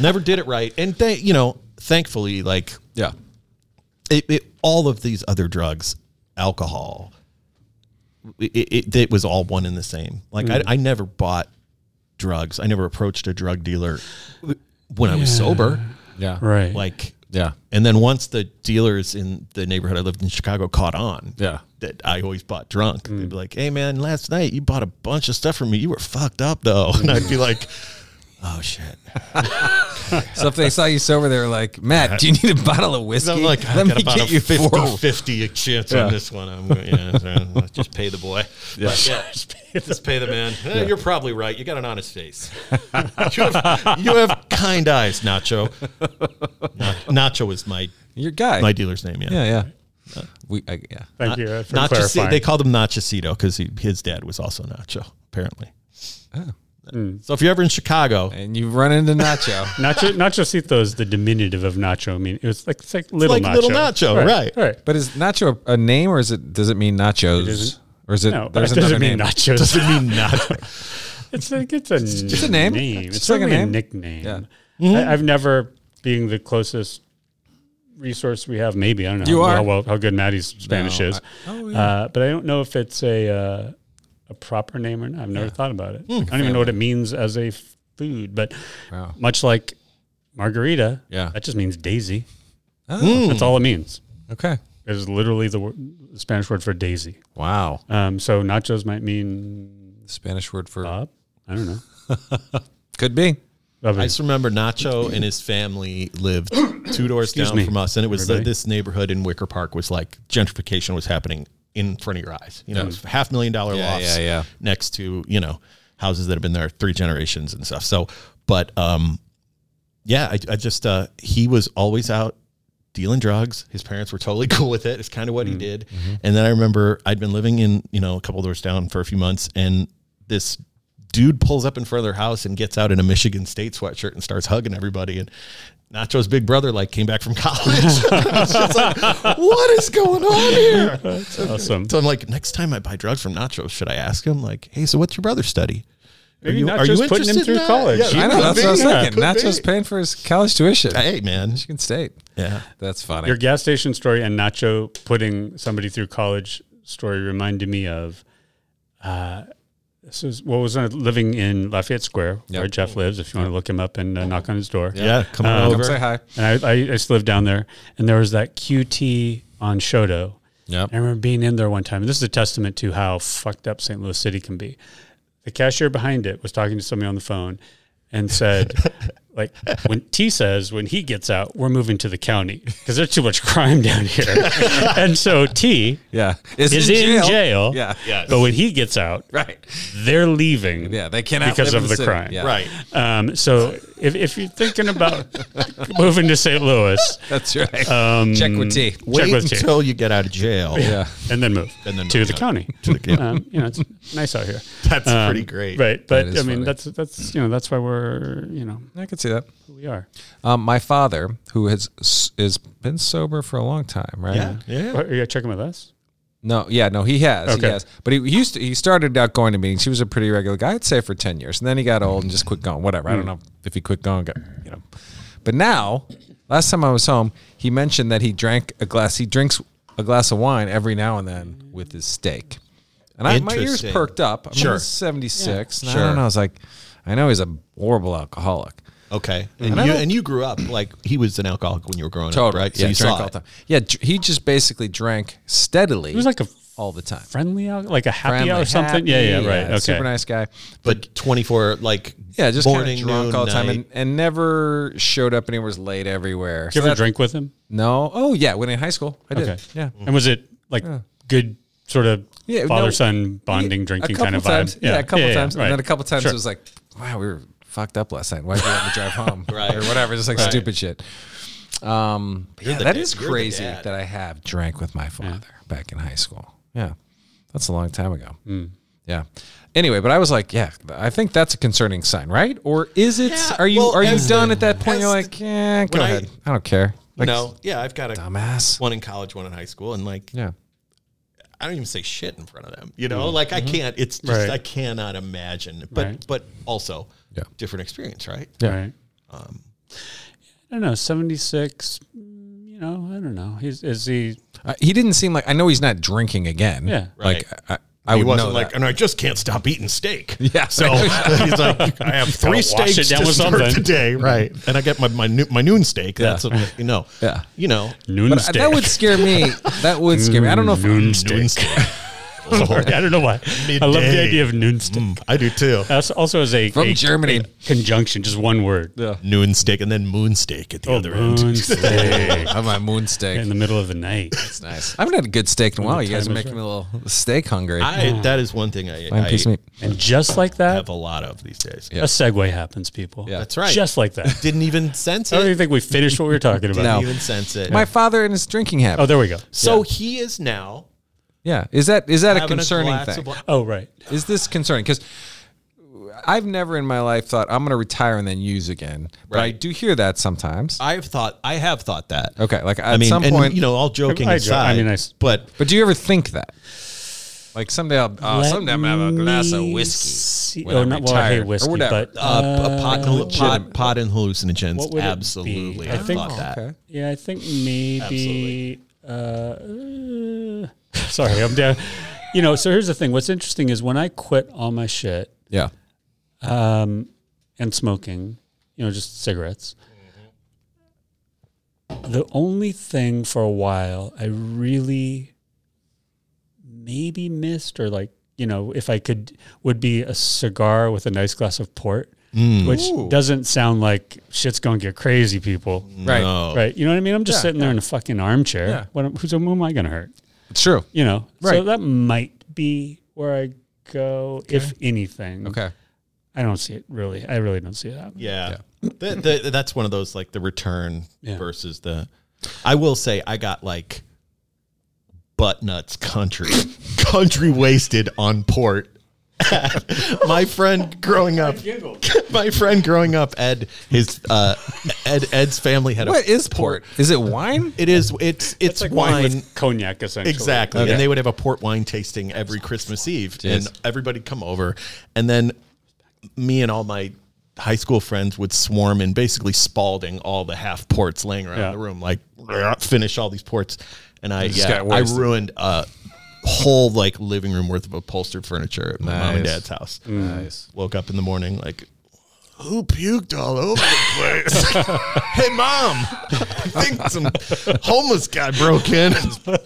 Speaker 3: Never did it right, and they, you know, thankfully, like
Speaker 1: Yeah.
Speaker 3: it, it, all of these other drugs, alcohol, it, it, it was all one and the same. Like
Speaker 1: Mm.
Speaker 3: I, I never bought drugs. I never approached a drug dealer when I was sober.
Speaker 1: Yeah.
Speaker 2: Right.
Speaker 3: Like,
Speaker 1: Yeah.
Speaker 3: and then once the dealers in the neighborhood I lived in Chicago caught on,
Speaker 1: Yeah. Mm.
Speaker 3: that I always bought drunk. They'd be like, "Hey man, last night you bought a bunch of stuff from me. You were fucked up though," and I'd be like, "Oh shit."
Speaker 1: So if they saw you sober, they were like, Matt, do you need a bottle of whiskey?
Speaker 3: So I'm like, I've
Speaker 1: Let
Speaker 3: got
Speaker 1: me
Speaker 3: about
Speaker 1: get
Speaker 3: a
Speaker 1: you
Speaker 3: 50,
Speaker 1: four.
Speaker 3: 50 chance on this one. I'm gonna- yeah, so let's just pay the boy. Yeah. yeah just, pay the, man. Eh, You're probably right. You got an honest face. you, have, you have kind eyes, Nacho. Na- Nacho is my
Speaker 1: Your guy.
Speaker 3: my dealer's name. Yeah.
Speaker 1: yeah, yeah. We, I, yeah.
Speaker 2: Thank you uh, for
Speaker 3: Nacho.
Speaker 2: clarifying.
Speaker 3: They called him Nachocito because his dad was also Nacho, apparently.
Speaker 1: Oh.
Speaker 3: So if you're ever in Chicago,
Speaker 1: And you run into Nacho.
Speaker 2: Nacho, nachocito is the diminutive of nacho. I mean, it's like, it's like little
Speaker 3: like
Speaker 2: nacho.
Speaker 3: little nacho, right.
Speaker 2: Right.
Speaker 1: But is Nacho a, a name, or is it? Does it mean nachos?
Speaker 2: isn't.
Speaker 1: or is it?
Speaker 2: No, but
Speaker 1: there's
Speaker 2: it
Speaker 1: another
Speaker 2: doesn't
Speaker 1: name.
Speaker 2: mean nachos.
Speaker 3: doesn't mean Nacho.
Speaker 2: It's like it's a
Speaker 1: a name.
Speaker 2: It's,
Speaker 1: It's like a
Speaker 2: certainly a,
Speaker 1: name.
Speaker 2: nickname.
Speaker 1: Yeah.
Speaker 2: I, I've never being the closest resource we have. Maybe I don't know.
Speaker 1: You
Speaker 2: how,
Speaker 1: are.
Speaker 2: how well how good Maddie's Spanish
Speaker 1: No,
Speaker 2: is.
Speaker 1: I- oh,
Speaker 2: uh, but I don't know if it's a uh, a proper name or not. I've never thought about
Speaker 1: Hmm.
Speaker 2: it. I don't even know what it means as a f- food. But
Speaker 1: Wow.
Speaker 2: much like margarita,
Speaker 1: Yeah.
Speaker 2: that just means daisy.
Speaker 1: Oh,
Speaker 2: That's all it means.
Speaker 1: okay.
Speaker 2: It is literally the, wor- the Spanish word for daisy.
Speaker 1: Wow.
Speaker 2: Um, so nachos might mean
Speaker 1: Spanish word for
Speaker 2: Bob. I don't know.
Speaker 1: could be.
Speaker 3: I
Speaker 2: Probably.
Speaker 3: just remember Nacho and his family lived two doors down
Speaker 2: me,
Speaker 3: from us, and it was the,
Speaker 2: everybody.
Speaker 3: this neighborhood in Wicker Park was like gentrification was happening in front of your eyes. You know, it was half million dollar
Speaker 1: Yeah,
Speaker 3: lofts
Speaker 1: yeah, yeah.
Speaker 3: next to you know houses that have been there three generations and stuff. So, but um, yeah, I, I just uh, he was always out dealing drugs. His parents were totally cool with it. It's kind of what
Speaker 1: Mm-hmm.
Speaker 3: he did. And then I remember I'd been living in, you know, a couple doors down for a few months and this dude pulls up in front of their house and gets out in a Michigan State sweatshirt and starts hugging everybody. And Nacho's big brother like came back from college. I was just like, what is going on here?
Speaker 2: awesome.
Speaker 3: So I'm like, next time I buy drugs from Nacho, should I ask him? Like, hey, so what's your brother study?
Speaker 2: Maybe
Speaker 3: you-
Speaker 2: Nacho's
Speaker 3: are you
Speaker 2: putting
Speaker 3: interested
Speaker 2: him
Speaker 3: in
Speaker 2: through
Speaker 3: that?
Speaker 2: college.
Speaker 3: Yeah,
Speaker 2: You
Speaker 1: I know.
Speaker 2: could
Speaker 1: That's
Speaker 2: be.
Speaker 1: what I was
Speaker 3: Yeah,
Speaker 1: thinking.
Speaker 3: could
Speaker 1: Nacho's
Speaker 3: be.
Speaker 1: paying for his college tuition.
Speaker 3: Hey man.
Speaker 1: Michigan State.
Speaker 3: Yeah.
Speaker 1: That's funny.
Speaker 2: Your gas station story and Nacho putting somebody through college story reminded me of uh, this is what was I living in Lafayette Square where
Speaker 1: Yep.
Speaker 2: Jeff lives. If you want to look him up and uh, knock on his door, Um,
Speaker 3: Yeah. Come on
Speaker 1: Come
Speaker 3: over.
Speaker 1: say hi.
Speaker 2: And I, I, I used to live down there, and there was that QT on Shodo.
Speaker 1: Yep.
Speaker 2: I remember being in there one time. and This is a testament to how fucked up St. Louis City can be. The cashier behind it was talking to somebody on the phone and said, like, when T says, when he gets out, we're moving to the county because there's too much crime down here. and so T
Speaker 1: Yeah. Is,
Speaker 2: is
Speaker 1: in
Speaker 2: in jail.
Speaker 1: Yeah.
Speaker 3: Yes.
Speaker 2: But when he gets out,
Speaker 1: Right.
Speaker 2: they're leaving
Speaker 1: Yeah. They cannot
Speaker 2: because
Speaker 1: live in
Speaker 2: of the
Speaker 1: city.
Speaker 2: crime.
Speaker 1: Yeah.
Speaker 3: Right.
Speaker 2: Um, so if, if you're thinking about moving to St. Louis,
Speaker 1: That's right. Um, Check with T.
Speaker 2: check
Speaker 3: Wait
Speaker 2: with T.
Speaker 3: until you get out of jail.
Speaker 1: Yeah.
Speaker 2: and then move
Speaker 3: And then
Speaker 2: to
Speaker 3: move,
Speaker 2: the
Speaker 3: yeah.
Speaker 2: county.
Speaker 3: To the- yeah.
Speaker 2: um, you know, it's nice out here.
Speaker 3: That's
Speaker 2: Um,
Speaker 3: pretty great.
Speaker 2: right? But I
Speaker 1: is
Speaker 2: mean,
Speaker 1: funny.
Speaker 2: that's that's you know that's why we're you know
Speaker 1: I could see that.
Speaker 2: who we are.
Speaker 1: Um, my father, who has s- is been sober for a long time, right?
Speaker 3: Yeah. Yeah.
Speaker 2: Are you checking with us?
Speaker 1: No, yeah, no, he has,
Speaker 2: Okay.
Speaker 1: he has. But he used to, he started out going to meetings. He was a pretty regular guy, I'd say, for ten years, and then he got old and just quit going. Whatever, I
Speaker 3: Hmm.
Speaker 1: don't know if he quit going, got, you know. But now, last time I was home, he mentioned that he drank a glass. He drinks a glass of wine every now and then with his steak, and I, my ears
Speaker 3: Interesting.
Speaker 1: perked up. I'm
Speaker 3: Sure.
Speaker 1: seventy six, and
Speaker 3: Sure.
Speaker 1: I don't know. I was like, I know he's a horrible alcoholic.
Speaker 3: Okay. And,
Speaker 1: And I
Speaker 3: you
Speaker 1: don't-
Speaker 3: and you grew up like he was an alcoholic when you were growing up,
Speaker 1: Totally.
Speaker 3: right?
Speaker 1: Yeah,
Speaker 3: you
Speaker 1: drank
Speaker 3: saw
Speaker 1: all
Speaker 3: it.
Speaker 1: the time. Yeah, dr- he just basically drank steadily.
Speaker 2: He was like a
Speaker 1: all the time.
Speaker 2: friendly, out, like a happy
Speaker 1: Friendly,
Speaker 2: hour or something.
Speaker 1: happy,
Speaker 2: yeah, yeah, right. okay.
Speaker 1: Super nice guy.
Speaker 3: But 24, like
Speaker 1: Yeah, just kind of
Speaker 3: morning,
Speaker 1: drunk
Speaker 3: noon,
Speaker 1: all the time
Speaker 3: night.
Speaker 1: and, and never showed up and he was late everywhere.
Speaker 2: Did you
Speaker 1: So
Speaker 2: ever
Speaker 1: that-
Speaker 2: drink with him?
Speaker 1: No. Oh, yeah. When in high school, I did.
Speaker 2: Okay.
Speaker 1: Yeah.
Speaker 2: And was it like good sort of
Speaker 1: Yeah, no-
Speaker 2: father son bonding
Speaker 1: Yeah,
Speaker 2: drinking
Speaker 1: a couple
Speaker 2: kind of vibe?
Speaker 1: times. Yeah, a couple times.
Speaker 2: right.
Speaker 1: And then a couple times
Speaker 2: Sure.
Speaker 1: it was like, wow, we were fucked up last night. Why'd you let me drive home?
Speaker 3: Right.
Speaker 1: Or whatever. Just like
Speaker 3: Right.
Speaker 1: stupid shit. Um, but yeah,
Speaker 3: the
Speaker 1: that
Speaker 3: dad-
Speaker 1: is
Speaker 3: you're the
Speaker 1: crazy
Speaker 3: dad.
Speaker 1: that I have drank with my father back in high school. Yeah. That's a long time ago.
Speaker 2: Hmm.
Speaker 1: Yeah. Anyway, but I was like, yeah, I think that's a concerning sign, right? Or is it?
Speaker 3: Yeah,
Speaker 1: are you
Speaker 3: well,
Speaker 1: are you
Speaker 3: as-
Speaker 1: done at that point?
Speaker 3: as
Speaker 1: You're
Speaker 3: the-
Speaker 1: like, yeah, go
Speaker 3: when I-
Speaker 1: ahead. I, don't care. Like,
Speaker 3: no, yeah, I've got a
Speaker 1: dumbass.
Speaker 3: one in college, one in high school, and like
Speaker 1: Yeah.
Speaker 3: I don't even say shit in front of them. You know, like I can't. It's just
Speaker 2: Right.
Speaker 3: I cannot imagine. But
Speaker 2: Right.
Speaker 3: but also,
Speaker 1: Yeah.
Speaker 3: different experience, right?
Speaker 1: Yeah.
Speaker 2: Right.
Speaker 1: um,
Speaker 2: I don't know. Seventy six. You know, I don't know. He's is he?
Speaker 1: Uh, he didn't seem like I know he's not drinking again.
Speaker 2: Yeah.
Speaker 3: Right.
Speaker 1: Like I, I, I
Speaker 3: he
Speaker 1: would
Speaker 3: wasn't
Speaker 1: know
Speaker 3: like,
Speaker 1: that.
Speaker 3: and I just can't stop eating steak.
Speaker 1: Yeah.
Speaker 3: So he's like, I have
Speaker 2: Gotta
Speaker 3: three
Speaker 2: wash it
Speaker 3: steaks
Speaker 2: down
Speaker 3: to
Speaker 2: with
Speaker 3: start
Speaker 2: something.
Speaker 3: today, right? And I get my my, noo- my noon steak. That's what, you know.
Speaker 1: Yeah.
Speaker 3: You know.
Speaker 2: Noon
Speaker 1: But
Speaker 2: steak.
Speaker 1: that would scare me. That would scare me. I don't know if
Speaker 2: noon
Speaker 3: Noon
Speaker 2: steak.
Speaker 3: steak. Oh.
Speaker 2: I don't know why. I love the
Speaker 3: Midday.
Speaker 2: idea of noon steak.
Speaker 3: Mm, I do too.
Speaker 2: That's also as a
Speaker 1: From
Speaker 2: a-
Speaker 1: Germany.
Speaker 2: a conjunction, just one word.
Speaker 3: Noon steak and then moon steak at the other
Speaker 2: Noon
Speaker 3: end.
Speaker 2: steak
Speaker 1: have my moon steak.
Speaker 2: in the middle of the night.
Speaker 1: It's nice. I haven't had a good steak in a while. You guys are
Speaker 2: time is
Speaker 1: making me a little steak hungry.
Speaker 3: I that is one thing I,
Speaker 1: Fine piece of
Speaker 3: I
Speaker 1: meat.
Speaker 2: And just like that,
Speaker 3: have a lot of these days.
Speaker 2: a segue happens, people.
Speaker 1: Yeah.
Speaker 3: That's right.
Speaker 2: Just like that.
Speaker 3: Didn't even sense
Speaker 2: I don't
Speaker 3: it.
Speaker 2: even think we finished what we were talking about.
Speaker 1: No.
Speaker 3: Didn't even sense it.
Speaker 1: My father and his drinking
Speaker 2: Oh,
Speaker 1: habit.
Speaker 2: there we go.
Speaker 3: So he is now
Speaker 1: yeah. Is that is that a
Speaker 3: having
Speaker 1: concerning
Speaker 3: glass
Speaker 1: thing?
Speaker 3: of wine.
Speaker 2: Oh, right.
Speaker 1: is this concerning? Because I've never in my life thought I'm going to retire and then use again. But I
Speaker 3: Right.
Speaker 1: do hear that sometimes.
Speaker 3: I've thought I have thought that.
Speaker 1: Okay, like
Speaker 3: I
Speaker 1: at
Speaker 3: mean,
Speaker 1: some
Speaker 3: and,
Speaker 1: point,
Speaker 3: you know, all joking
Speaker 2: I- I- I
Speaker 3: aside.
Speaker 2: mean, I s-
Speaker 3: but
Speaker 1: But do you ever think that? Like someday I'll oh,
Speaker 2: Let
Speaker 1: someday I'm gonna have a glass of
Speaker 2: me
Speaker 1: whiskey.
Speaker 2: see-
Speaker 1: when
Speaker 2: Oh,
Speaker 1: I'm
Speaker 2: not, well, I hate
Speaker 1: retired, or
Speaker 2: whiskey,
Speaker 1: whatever.
Speaker 2: but
Speaker 3: uh, a pot, and hallu-
Speaker 1: legitimate.
Speaker 3: pot, pot and hallucinogens.
Speaker 2: What would it be?
Speaker 3: absolutely,
Speaker 2: I
Speaker 3: I
Speaker 2: think-
Speaker 3: thought that.
Speaker 1: okay.
Speaker 2: Yeah, I think maybe. Uh, sorry, I'm down. You know, so here's the thing. What's interesting is when I quit all my shit
Speaker 1: yeah,
Speaker 2: and smoking, you know, just cigarettes, the only thing for a while I really maybe missed or like, you know, if I could, would be a cigar with a nice glass of port,
Speaker 1: Mm.
Speaker 2: which doesn't sound like shit's going to get crazy, people.
Speaker 1: right.
Speaker 3: No.
Speaker 2: Right. You know what I mean? I'm just
Speaker 1: Yeah,
Speaker 2: sitting there in a fucking armchair.
Speaker 1: Yeah.
Speaker 2: What, am- who's, who am I going to hurt?
Speaker 1: It's true.
Speaker 2: You know? So
Speaker 1: Right.
Speaker 2: that might be where I go, if anything.
Speaker 1: Okay,
Speaker 2: I don't see it really. I really don't see it happening.
Speaker 3: Yeah, The- the- that's one of those like the return
Speaker 2: Yeah.
Speaker 3: versus the. I will say I got like butt nuts country country wasted on port. my friend growing up, my friend growing up, Ed, his uh, Ed Ed's family had a
Speaker 1: what is port? Is it wine?
Speaker 3: It is. It's it's
Speaker 2: It's like wine,
Speaker 3: wine.
Speaker 2: with cognac, essentially.
Speaker 3: Exactly.
Speaker 2: Okay.
Speaker 3: And they would have a port wine tasting every Christmas Eve.
Speaker 1: Jeez.
Speaker 3: And everybody'd come over. And then me and all my high school friends would swarm in basically spalding all the half ports laying around
Speaker 2: Yeah.
Speaker 3: the room, like finish all these ports. And I
Speaker 1: just
Speaker 3: yeah,
Speaker 1: got
Speaker 3: I
Speaker 1: wasted.
Speaker 3: ruined a whole like living room worth of upholstered furniture at my mom and
Speaker 1: Nice.
Speaker 3: dad's house.
Speaker 1: Nice.
Speaker 3: Woke up in the morning like who puked all over the place? hey, mom, I think some homeless guy broke in.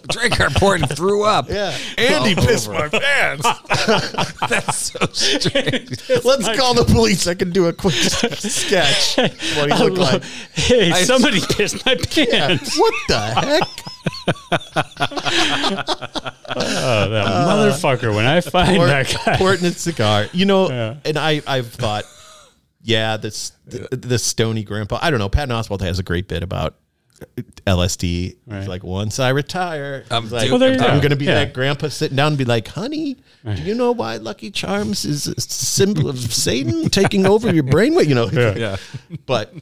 Speaker 1: Drank our port and threw up.
Speaker 3: Yeah. Andy pissed my pants.
Speaker 1: That's so strange.
Speaker 3: Let's call the police. I can do a quick sketch. What do you look like?
Speaker 2: Oh, Hey, somebody pissed my pants.
Speaker 3: What the heck?
Speaker 2: Oh, that motherfucker. When I find
Speaker 3: Port,
Speaker 2: that guy.
Speaker 3: port and a cigar. You know, and I, I've thought, yeah, this the, the stony grandpa. I don't know. Patton Oswald has a great bit about LSD. He's
Speaker 2: Right.
Speaker 3: like, once I retire,
Speaker 1: I'm
Speaker 3: he's like,
Speaker 1: do- Well,
Speaker 2: there you
Speaker 3: I'm
Speaker 2: go.
Speaker 3: going to be
Speaker 2: Yeah.
Speaker 3: that grandpa sitting down and be like, honey, do you know why Lucky Charms is a symbol of Satan taking over your brainwave? You know,
Speaker 1: Yeah.
Speaker 3: but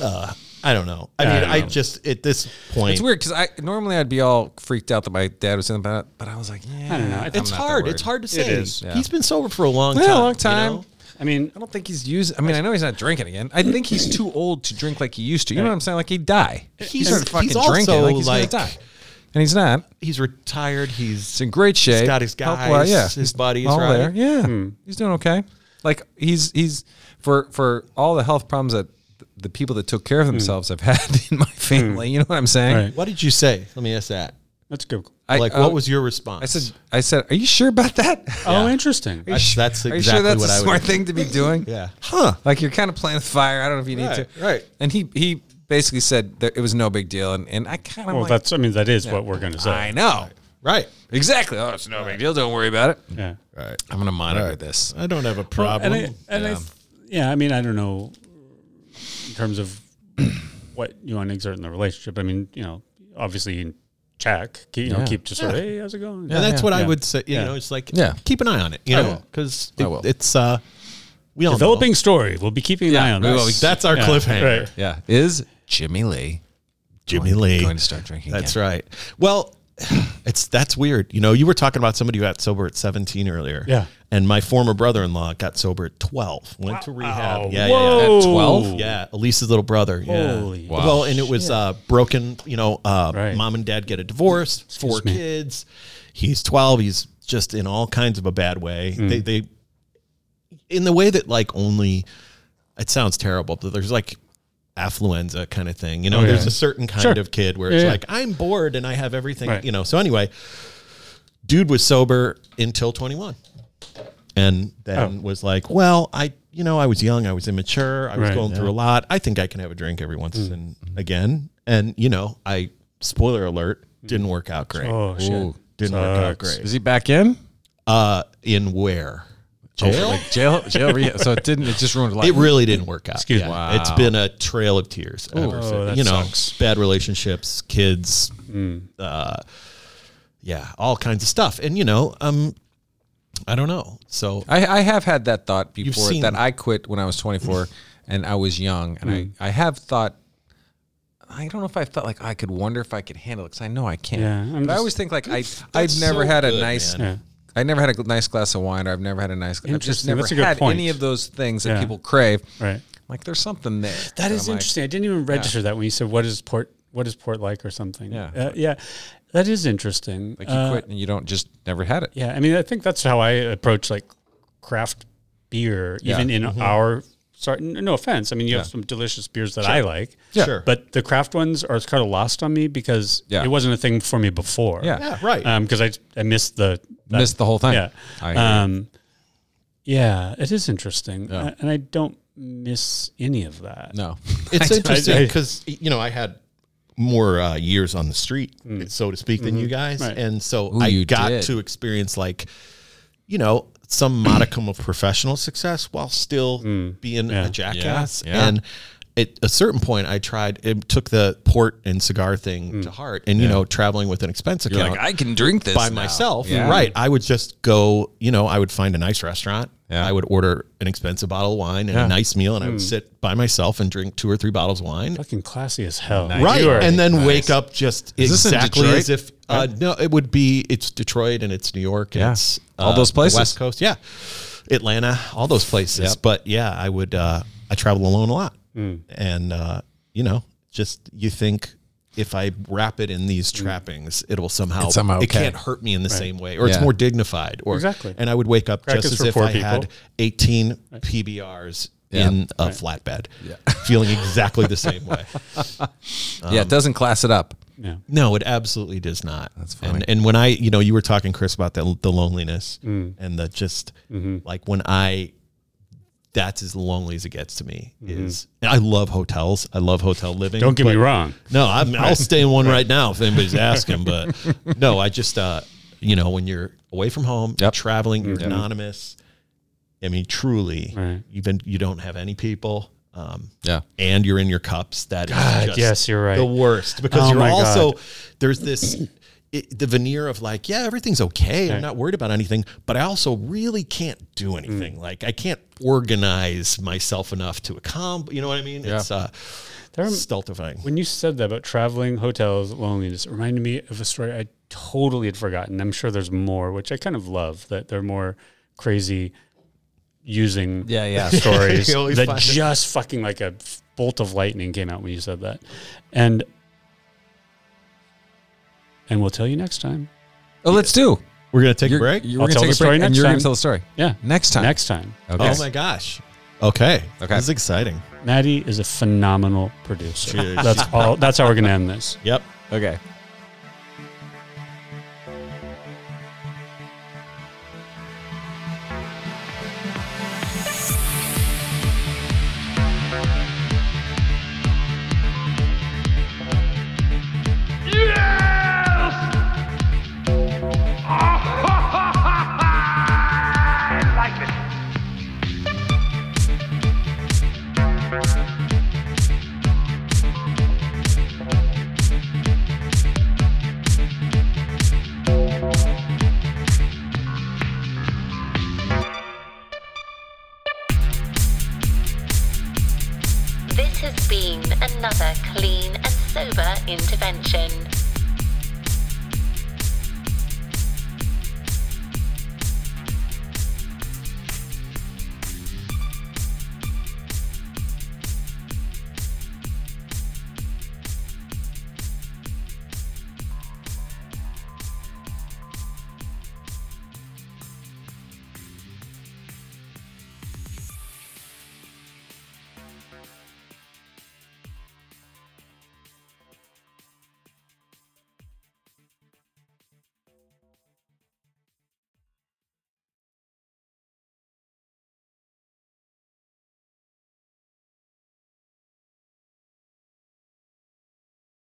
Speaker 3: uh, I don't know. I
Speaker 2: Yeah, I
Speaker 3: mean,
Speaker 2: don't
Speaker 3: I,
Speaker 2: know.
Speaker 3: just at this point,
Speaker 1: It's weird because I normally I'd be all freaked out that my dad was in the bed, but I was like, yeah,
Speaker 2: I don't know. I think-
Speaker 3: It's
Speaker 1: I'm not
Speaker 3: hard.
Speaker 1: that
Speaker 3: It's hard to say.
Speaker 2: It is,
Speaker 1: yeah.
Speaker 3: He's been sober for a long
Speaker 1: Yeah, a
Speaker 3: time.
Speaker 1: long
Speaker 3: you
Speaker 1: time.
Speaker 3: know?
Speaker 2: I mean,
Speaker 1: I don't think he's using. I mean, I know he's not drinking again. I think he's too old to drink like he used to. You know what I'm saying? Like he'd die.
Speaker 3: He's-
Speaker 1: He's started
Speaker 3: he's
Speaker 1: fucking
Speaker 3: also
Speaker 1: drinking like he's
Speaker 3: like-
Speaker 1: gonna die, and he's not.
Speaker 3: He's retired. He's
Speaker 1: He's in great shape.
Speaker 3: He's got his
Speaker 1: Health
Speaker 3: guys,
Speaker 1: wise,
Speaker 3: his buddies,
Speaker 1: all
Speaker 3: right? Hmm.
Speaker 1: there. Yeah, he's doing okay. Like he's he's for for all the health problems that th- the people that took
Speaker 3: Hmm.
Speaker 1: care of themselves have had in my family. You know what I'm saying?
Speaker 2: Right.
Speaker 3: What did you say? Let me ask that.
Speaker 2: let's Google.
Speaker 1: I,
Speaker 3: like,
Speaker 1: uh,
Speaker 3: what was your
Speaker 1: I
Speaker 3: response?
Speaker 1: said? I said, are you sure about that?
Speaker 2: Oh, interesting.
Speaker 1: Are you su-
Speaker 3: that's
Speaker 1: are you
Speaker 3: exactly
Speaker 1: sure that's
Speaker 3: what
Speaker 1: a
Speaker 3: I would
Speaker 1: smart
Speaker 3: do.
Speaker 1: thing to be doing.
Speaker 3: yeah. Huh.
Speaker 1: Like you're kind of playing with fire. I don't know if you need
Speaker 3: Right,
Speaker 1: to.
Speaker 3: right.
Speaker 1: And he he basically said that it was no big deal, and, and I kind of
Speaker 2: Well,
Speaker 1: like,
Speaker 2: that's. I mean, that is what we're going to say.
Speaker 1: I know
Speaker 3: Right.
Speaker 1: exactly. Oh, it's no big deal. Don't worry about it.
Speaker 2: Yeah.
Speaker 3: Right.
Speaker 1: I'm gonna monitor this.
Speaker 3: I don't have a
Speaker 2: And
Speaker 3: problem.
Speaker 2: I, and I, yeah. I mean, I don't know in terms of what you want to exert in the relationship. I mean, you know, obviously you can check, keep, you know,
Speaker 1: Yeah.
Speaker 2: keep just sort of, hey, how's it going?
Speaker 3: and that's
Speaker 1: yeah,
Speaker 3: what I
Speaker 2: yeah.
Speaker 3: would say. You
Speaker 2: Yeah.
Speaker 3: know, it's like
Speaker 1: Yeah.
Speaker 3: keep an eye on it. You
Speaker 2: I
Speaker 3: know,
Speaker 2: will.
Speaker 3: because
Speaker 1: I will.
Speaker 3: it's uh, we all
Speaker 2: Developing
Speaker 3: Know.
Speaker 2: story. We'll be keeping
Speaker 1: Yeah,
Speaker 2: an eye on
Speaker 1: we will.
Speaker 2: this.
Speaker 3: That's our
Speaker 2: Yeah,
Speaker 3: cliffhanger.
Speaker 2: right.
Speaker 1: Yeah, is Jimmy Lee
Speaker 3: Jimmy Lee.
Speaker 1: going to start drinking?
Speaker 3: That's right. Well, it's that's weird. You know, you were talking about somebody who got sober at 17 earlier.
Speaker 2: Yeah.
Speaker 3: And my former brother-in-law got sober at 12. Went to rehab.
Speaker 2: Oh,
Speaker 3: Yeah, yeah, yeah.
Speaker 2: whoa.
Speaker 1: At 12?
Speaker 3: Yeah, Elise's little brother. Yeah.
Speaker 2: Holy
Speaker 1: Wow.
Speaker 3: Well, and it was uh, broken. You know, uh,
Speaker 2: Right.
Speaker 3: mom and dad get a divorce. four
Speaker 2: me.
Speaker 3: kids. He's twelve. He's just in all kinds of a bad way.
Speaker 2: Mm.
Speaker 3: They, they, in the way that like only, it sounds terrible, but there's like affluenza kind of thing. You know, there's
Speaker 2: Oh, yeah.
Speaker 3: a certain kind
Speaker 2: Sure.
Speaker 3: of kid where it's
Speaker 2: Yeah, yeah.
Speaker 3: like I'm bored and I have everything.
Speaker 2: Right.
Speaker 3: You know. So anyway, dude was sober until 21 and then
Speaker 2: Oh.
Speaker 3: was like, "Well, I, you know, I was young, I was immature, I was
Speaker 2: Right. Mm.
Speaker 3: going through a lot. I think I can have a drink every once and again." And you know, I spoiler alert, didn't work out great.
Speaker 2: Mm. Oh shit.
Speaker 3: didn't work out
Speaker 2: sucks.
Speaker 3: great.
Speaker 1: Is he back in Oh,
Speaker 3: Uh, in where jail?
Speaker 1: Like jail, jail. rehab. So it didn't. It just ruined life.
Speaker 3: It really didn't work out.
Speaker 2: Excuse me.
Speaker 3: It's been a trail of tears. Ever
Speaker 2: Oh,
Speaker 3: since.
Speaker 2: that
Speaker 3: you know,
Speaker 2: sucks. Mm.
Speaker 3: bad relationships, kids, uh, yeah, all kinds of stuff. And you know, um, I don't know. So
Speaker 1: I, I have had that thought before
Speaker 3: seen-
Speaker 1: that I quit when I was 24 and I was young. And
Speaker 2: Hmm.
Speaker 1: I, I have thought, I don't know if I felt like I could wonder if I could handle it because I know I can't.
Speaker 2: Yeah, I'm
Speaker 1: but I
Speaker 2: just-
Speaker 1: always think like I, I've never
Speaker 3: so
Speaker 1: had a
Speaker 3: good,
Speaker 1: nice,
Speaker 2: man.
Speaker 1: I never had a nice glass of wine or I've never had a nice, I've just
Speaker 2: Interesting.
Speaker 1: never
Speaker 2: That's a good
Speaker 1: had
Speaker 2: point.
Speaker 1: any of those things that
Speaker 2: Yeah.
Speaker 1: people crave.
Speaker 2: Right.
Speaker 1: Like there's something there.
Speaker 2: That is interesting. I didn't even register that when you said what is port what is port like or something.
Speaker 1: Yeah.
Speaker 2: Uh, yeah. That is interesting.
Speaker 1: Like you
Speaker 2: Uh,
Speaker 1: quit and you don't just never had it.
Speaker 2: Yeah, I mean, I think that's how I approach like craft beer, even in our. Sorry, n- no offense. I mean, you have some delicious beers that I like.
Speaker 1: Yeah.
Speaker 3: Sure.
Speaker 2: But the craft ones are kind of lost on me because
Speaker 1: Yeah.
Speaker 2: it wasn't a thing for me before.
Speaker 1: Yeah.
Speaker 3: yeah, right.
Speaker 2: Because I I missed the that-
Speaker 1: Missed the whole thing.
Speaker 2: Yeah.
Speaker 1: I hear you.
Speaker 2: um, yeah, it is interesting, A- and I don't miss any of that.
Speaker 1: no.
Speaker 3: It's
Speaker 2: I-
Speaker 3: interesting
Speaker 2: I-
Speaker 3: because you know I had more uh, years on the street, so to speak, than you guys,
Speaker 2: Right.
Speaker 3: and so
Speaker 1: Ooh,
Speaker 3: I
Speaker 1: you
Speaker 3: got
Speaker 1: did.
Speaker 3: to experience like you know some modicum of professional success while still being a jackass.
Speaker 1: Yeah.
Speaker 3: And at a certain point, I tried. It took the port and cigar thing to heart, and you know traveling with an expense
Speaker 1: You're
Speaker 3: account
Speaker 1: like, I can drink this
Speaker 3: by
Speaker 1: now."
Speaker 3: myself,
Speaker 1: Yeah.
Speaker 3: right? I would just go, you know, I would find a nice restaurant.
Speaker 1: Yeah.
Speaker 3: I would order an expensive bottle of wine and
Speaker 1: Yeah. Hmm.
Speaker 3: a nice meal, and I would sit by myself and drink two or three bottles of wine.
Speaker 2: Fucking classy as hell.
Speaker 3: Right,
Speaker 2: You are-
Speaker 3: and then wake up just
Speaker 1: Is this in
Speaker 3: exactly
Speaker 1: Detroit?
Speaker 3: as if uh, no, it would be it's Detroit and it's New York and
Speaker 1: Yeah.
Speaker 3: it's
Speaker 1: All
Speaker 3: uh,
Speaker 1: those
Speaker 3: the
Speaker 1: places.
Speaker 3: West Coast, yeah, Atlanta, all those places.
Speaker 1: Yep.
Speaker 3: But yeah, I would uh, I travel alone a lot,
Speaker 2: Hmm.
Speaker 3: and uh, you know, just you think if I wrap it in these
Speaker 2: Hmm.
Speaker 3: trappings, it will somehow,
Speaker 1: It's somehow
Speaker 3: it
Speaker 1: okay.
Speaker 3: can't hurt me in the same way, or it's
Speaker 1: Yeah.
Speaker 3: more dignified, or
Speaker 2: Exactly.
Speaker 3: And I would wake up
Speaker 2: Crack
Speaker 3: just
Speaker 2: is
Speaker 3: as
Speaker 2: for
Speaker 3: if
Speaker 2: poor
Speaker 3: I had
Speaker 2: people.
Speaker 3: 18 PBRs.
Speaker 1: Yeah.
Speaker 3: In a flatbed, feeling exactly the same way. Um,
Speaker 1: yeah. It doesn't class it up.
Speaker 2: Yeah.
Speaker 3: No, it absolutely does not. That's
Speaker 1: funny.
Speaker 3: And, and when I, you know, you were talking, Chris, about the, the loneliness and the just like when I, that's as lonely as it gets to me. Is and I love hotels. I love hotel living.
Speaker 2: Don't get me
Speaker 3: but-
Speaker 2: wrong.
Speaker 3: No, I'm, I'll stay in one right now if anybody's asking. But no, I just, uh, you know, when you're away from home, you're
Speaker 1: Yep.
Speaker 3: traveling, you're anonymous. I mean, truly,
Speaker 2: Right.
Speaker 3: you've been you don't have any people. Um,
Speaker 1: Yeah.
Speaker 3: and you're in your cups. That is
Speaker 2: God,
Speaker 3: just
Speaker 2: yes, you're right.
Speaker 3: The worst because
Speaker 2: Oh
Speaker 3: you're
Speaker 2: my God.
Speaker 3: also there's this it, the veneer of like, yeah, everything's okay. I'm
Speaker 2: Right.
Speaker 3: not worried about anything, but I also really can't do anything. Like I can't organize myself enough to accomplish. You know what I mean?
Speaker 1: Yeah.
Speaker 3: It's uh,
Speaker 2: There are-
Speaker 3: stultifying.
Speaker 2: When you said that about traveling, hotels, loneliness, it reminded me of a story I totally had forgotten. I'm sure there's more, which I kind of love that they're more crazy using
Speaker 1: Yeah, yeah.
Speaker 2: stories
Speaker 3: You always
Speaker 2: that
Speaker 3: find it.
Speaker 2: just fucking like a f- bolt of lightning came out when you said that. And and we'll tell you next time.
Speaker 1: Oh, let's do.
Speaker 3: We're gonna take
Speaker 1: You're,
Speaker 3: a break.
Speaker 1: You're
Speaker 2: I'll
Speaker 1: gonna
Speaker 2: tell
Speaker 1: take
Speaker 2: the
Speaker 1: a
Speaker 2: story
Speaker 1: break, and
Speaker 2: next
Speaker 1: you're gonna
Speaker 2: time.
Speaker 1: tell the story
Speaker 2: Yeah.
Speaker 1: next time.
Speaker 2: Next time.
Speaker 1: Okay.
Speaker 3: Oh my gosh. Okay.
Speaker 1: Okay.
Speaker 3: This is exciting.
Speaker 2: Maddie is a phenomenal producer.
Speaker 3: Cheers.
Speaker 2: That's all that's how we're gonna end this.
Speaker 3: Yep.
Speaker 1: Okay.
Speaker 4: Yes! I like it.
Speaker 5: This has been another clean and sober intervention.